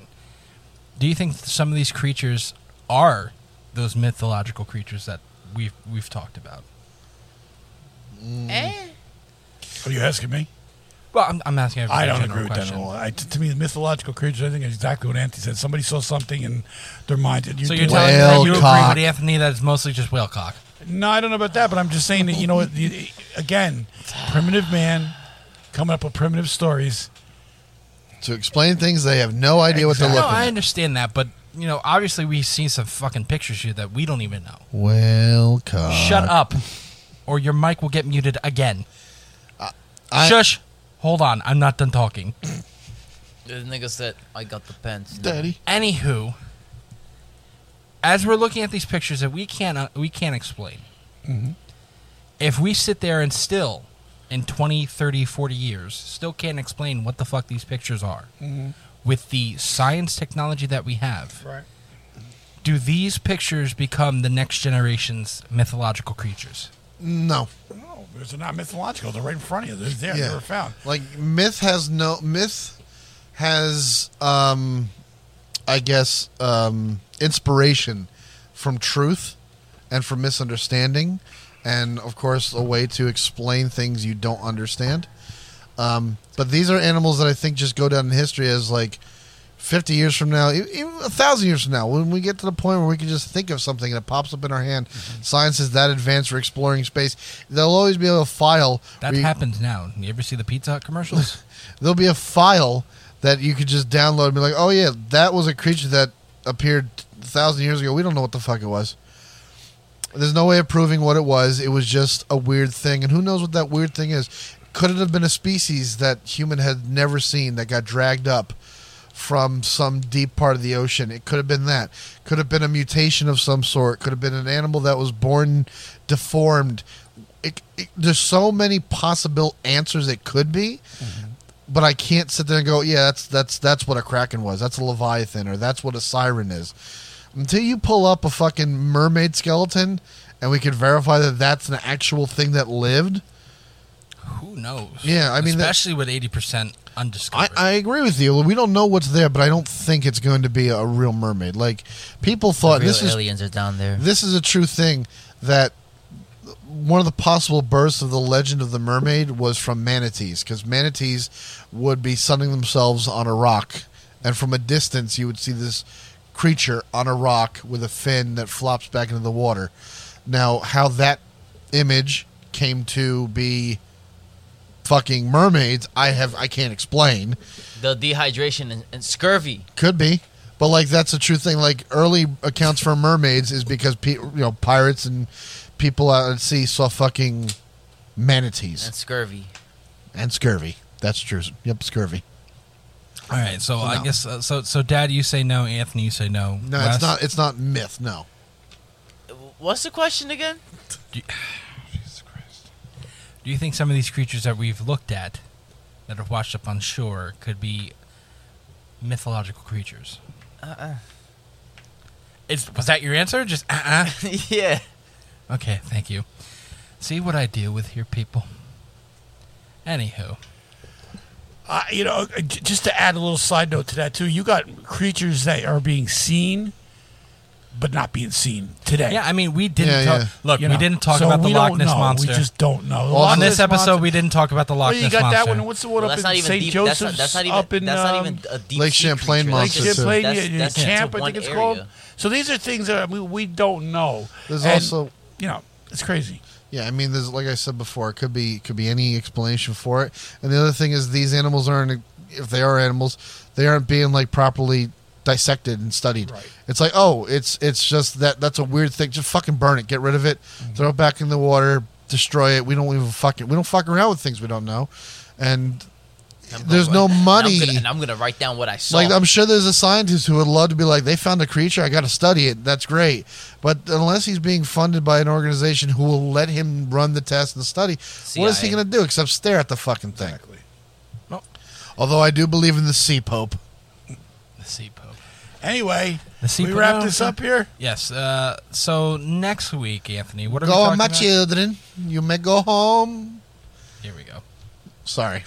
do you think some of these creatures are those mythological creatures that we've we've talked about?
Eh?
Are you asking me?
Well, I'm, I'm asking.
I
a
don't
general
agree with that
question.
at all. I, t- to me, the mythological creatures. I think is exactly what Anthony said. Somebody saw something and their mind. you
So you're
Whale
telling me that you agree
cock.
with Anthony that it's mostly just whale cock.
No, I don't know about that, but I'm just saying that you know, what, the- again, primitive man coming up with primitive stories.
To explain things they have no idea what they're
No,
looking.
I
at.
understand that, but you know, obviously we've seen some fucking pictures here that we don't even know.
Well, cock.
Shut up, or your mic will get muted again.
I-
Shush. Hold on, I'm not done talking.
The nigga said, I got the pants.
Daddy.
Anywho, as we're looking at these pictures that we can't uh, we can't explain,
Mm-hmm.
if we sit there and still in 20, 30, 40 years still can't explain what the fuck these pictures are
Mm-hmm.
with the science technology that we have,
Right.
do these pictures become the next generation's mythological creatures?
No.
No, because they're Oh, not mythological. They're right in front of you. They're there. They were found.
Like myth has no myth has um I guess um inspiration from truth and from misunderstanding and of course a way to explain things you don't understand. Um but these are animals that I think just go down in history as like 50 years from now, e- even a thousand years from now, when we get to the point where we can just think of something and it pops up in our hand,
Mm-hmm.
science is that advanced for exploring space. There'll always be a file.
That
where you-
happens now. You ever see the Pizza Hut commercials?
there'll be a file that you could just download and be like, oh yeah, that was a creature that appeared a thousand years ago. We don't know what the fuck it was. There's no way of proving what it was. It was just a weird thing, and who knows what that weird thing is? Could it have been a species that human had never seen that got dragged up from some deep part of the ocean? It could have been that. Could have been a mutation of some sort. Could have been an animal that was born deformed. It, it, there's so many possible answers it could be but I can't sit there and go, yeah, that's that's that's what a kraken was. That's a leviathan, or that's what a siren is. Until you pull up a fucking mermaid skeleton, and we can verify that that's an actual thing that lived.
Who knows?
Yeah, I mean, that-
especially with eighty percent
I,
undiscovered.
I agree with you. We don't know what's there, but I don't think it's going to be a real mermaid. Like people thought,
Real
this is
aliens are down there.
this is a true thing that one of the possible births of the legend of the mermaid was from manatees because manatees would be sunning themselves on a rock and from a distance you would see this creature on a rock with a fin that flops back into the water now how that image came to be fucking mermaids i have i can't explain
The dehydration and, and scurvy.
could be, but like that's a true thing. Like early accounts for mermaids is because pe- you know pirates and people out at sea saw fucking
And
manatees
scurvy.
and scurvy. That's true. Yep, scurvy.
All right, so I
No.
guess uh, so. So, Dad, you say no. Anthony, you say no.
No,
Wes,
it's not. It's not myth. No.
What's the question again?
Do you think some of these creatures that we've looked at that have washed up on shore could be mythological creatures? Uh-uh. Is, was that your answer? Just uh uh
[laughs] yeah.
Okay, thank you. See what I deal with here, people. Anywho,
Uh, you know, j- just to add a little side note to that too, you got creatures that are being seen, but not being seen today.
yeah, I mean, we didn't
Yeah,
talk.
yeah.
Look,
You
we
know,
didn't talk
so
about the
we
Loch
don't
Ness
know.
monster.
We just don't know. The Loch
on this
Ness
episode,
monster-
we didn't talk about the Loch
Well, you
Ness
got
monster.
that one. What's the one
Well,
up
that's
in
not even
St.
deep.
Joseph's?
that's, not, that's not even.
up in
that's not
um,
even a deep
Lake
sea
Champlain
creature. That's
monster,
just-
too.
Champlain,
that's-
yeah,
that's
Champ,
into
I
one
think it's
area.
called. So these are things that we, we don't know.
There's
And,
also-
you know, it's crazy.
Yeah, I mean, there's like I said before, it could be could be any explanation for it. And the other thing is, these animals aren't if they are animals, they aren't being like properly dissected and studied.
Right.
It's like, oh, it's it's just that that's a weird thing. Just fucking burn it, get rid of it, throw it back in the water, destroy it. We don't even fuck it. We don't fuck around with things we don't know, and
I'm
there's
gonna-
no money.
And I'm, gonna, and I'm gonna write down what I saw.
Like um, I'm sure there's a scientist who would love to be like, they found a creature, I got to study it. That's great, but unless he's being funded by an organization who will let him run the test and study, what is he
CIA.
going to do except stare at the fucking thing? Although I do believe in the sea pope.
The sea pope.
Anyway,
The sea
we
pope.
wrap this up here.
Yes. Uh, so next week, Anthony, what are we
Go
talking
on, my
about?
children. You may go home.
Here we go.
Sorry.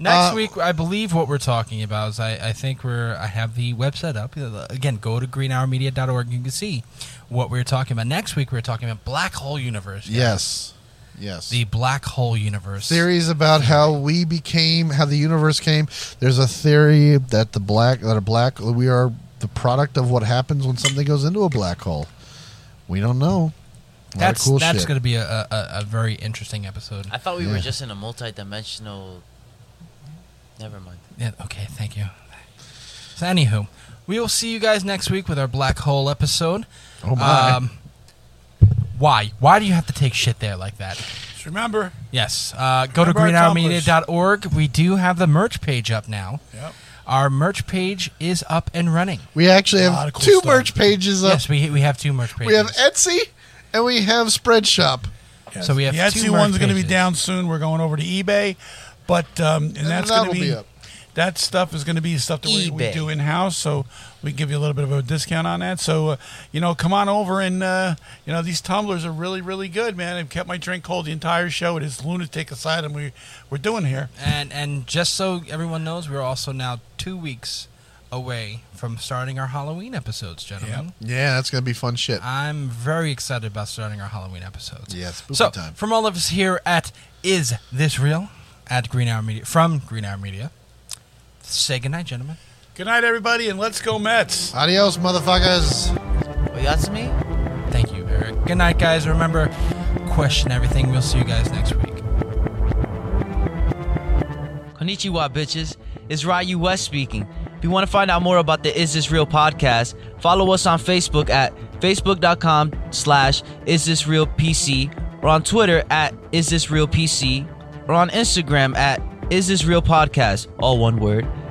Next
Uh,
week, I believe what we're talking about is I, I think we're I have the website up. Again, go to greenhourmedia.org. You can see what we're talking about. Next week, we're talking about black hole universe.
Yes. Yes.
the black hole universe.
theories about how we became, how the universe came. There's a theory that the black, that a black, we are the product of what happens when something goes into a black hole. We don't know. A lot of
That's
cool
that's
shit.
going to be a, a, a- a very interesting episode.
I thought we were
Yeah.
just in a multi-dimensional. Never mind.
Yeah, okay, thank you. So, anywho, we will see you guys next week with our black hole episode.
Oh
uh,
my.
Um, why? Why do you have to take shit there like that?
Just remember,
Yes. Uh, go to
Remember our tumblers.
greenhourmedia.org. We do have the merch page up now.
Yep.
Our merch page is up and running.
we actually
lot
have
of cool
two
stuff.
merch pages up.
Yes, we, we have two merch pages.
we have Etsy and we have Spreadshop.
yes,
So we have
the
two
Etsy
merch
one's going to be
pages.
down soon. We're going over to eBay, but um, and that's
that'll
going to be,
be up.
that stuff is going to be stuff that we, we
eBay.
do in house. So we give you a little bit of a discount on that. So uh, you know, come on over and uh, you know these tumblers are really really good, man. I've kept my drink cold the entire show. It is lunatic asylum we we're doing here.
And and just so everyone knows, we're also now two weeks away from starting our Halloween episodes, gentlemen.
Yeah, that's gonna be fun shit.
Uh,
I'm very excited about starting our Halloween episodes.
Yeah, spooky
so
time.
from all of us here at Is This Real at Green Hour Media from Green Hour Media. Say goodnight, gentlemen.
Good night, everybody, and let's go Mets.
Adios, motherfuckers.
Well, that's me.
Thank you, Eric. Good night, guys. Remember, question everything. We'll see you guys next week.
Konnichiwa, bitches. It's Ryu West speaking. If you want to find out more about the Is This Real podcast, follow us on Facebook at facebook.com slash Is This Real PC, or on Twitter at Is This Real PC, or on Instagram at Is This Real Podcast, all one word.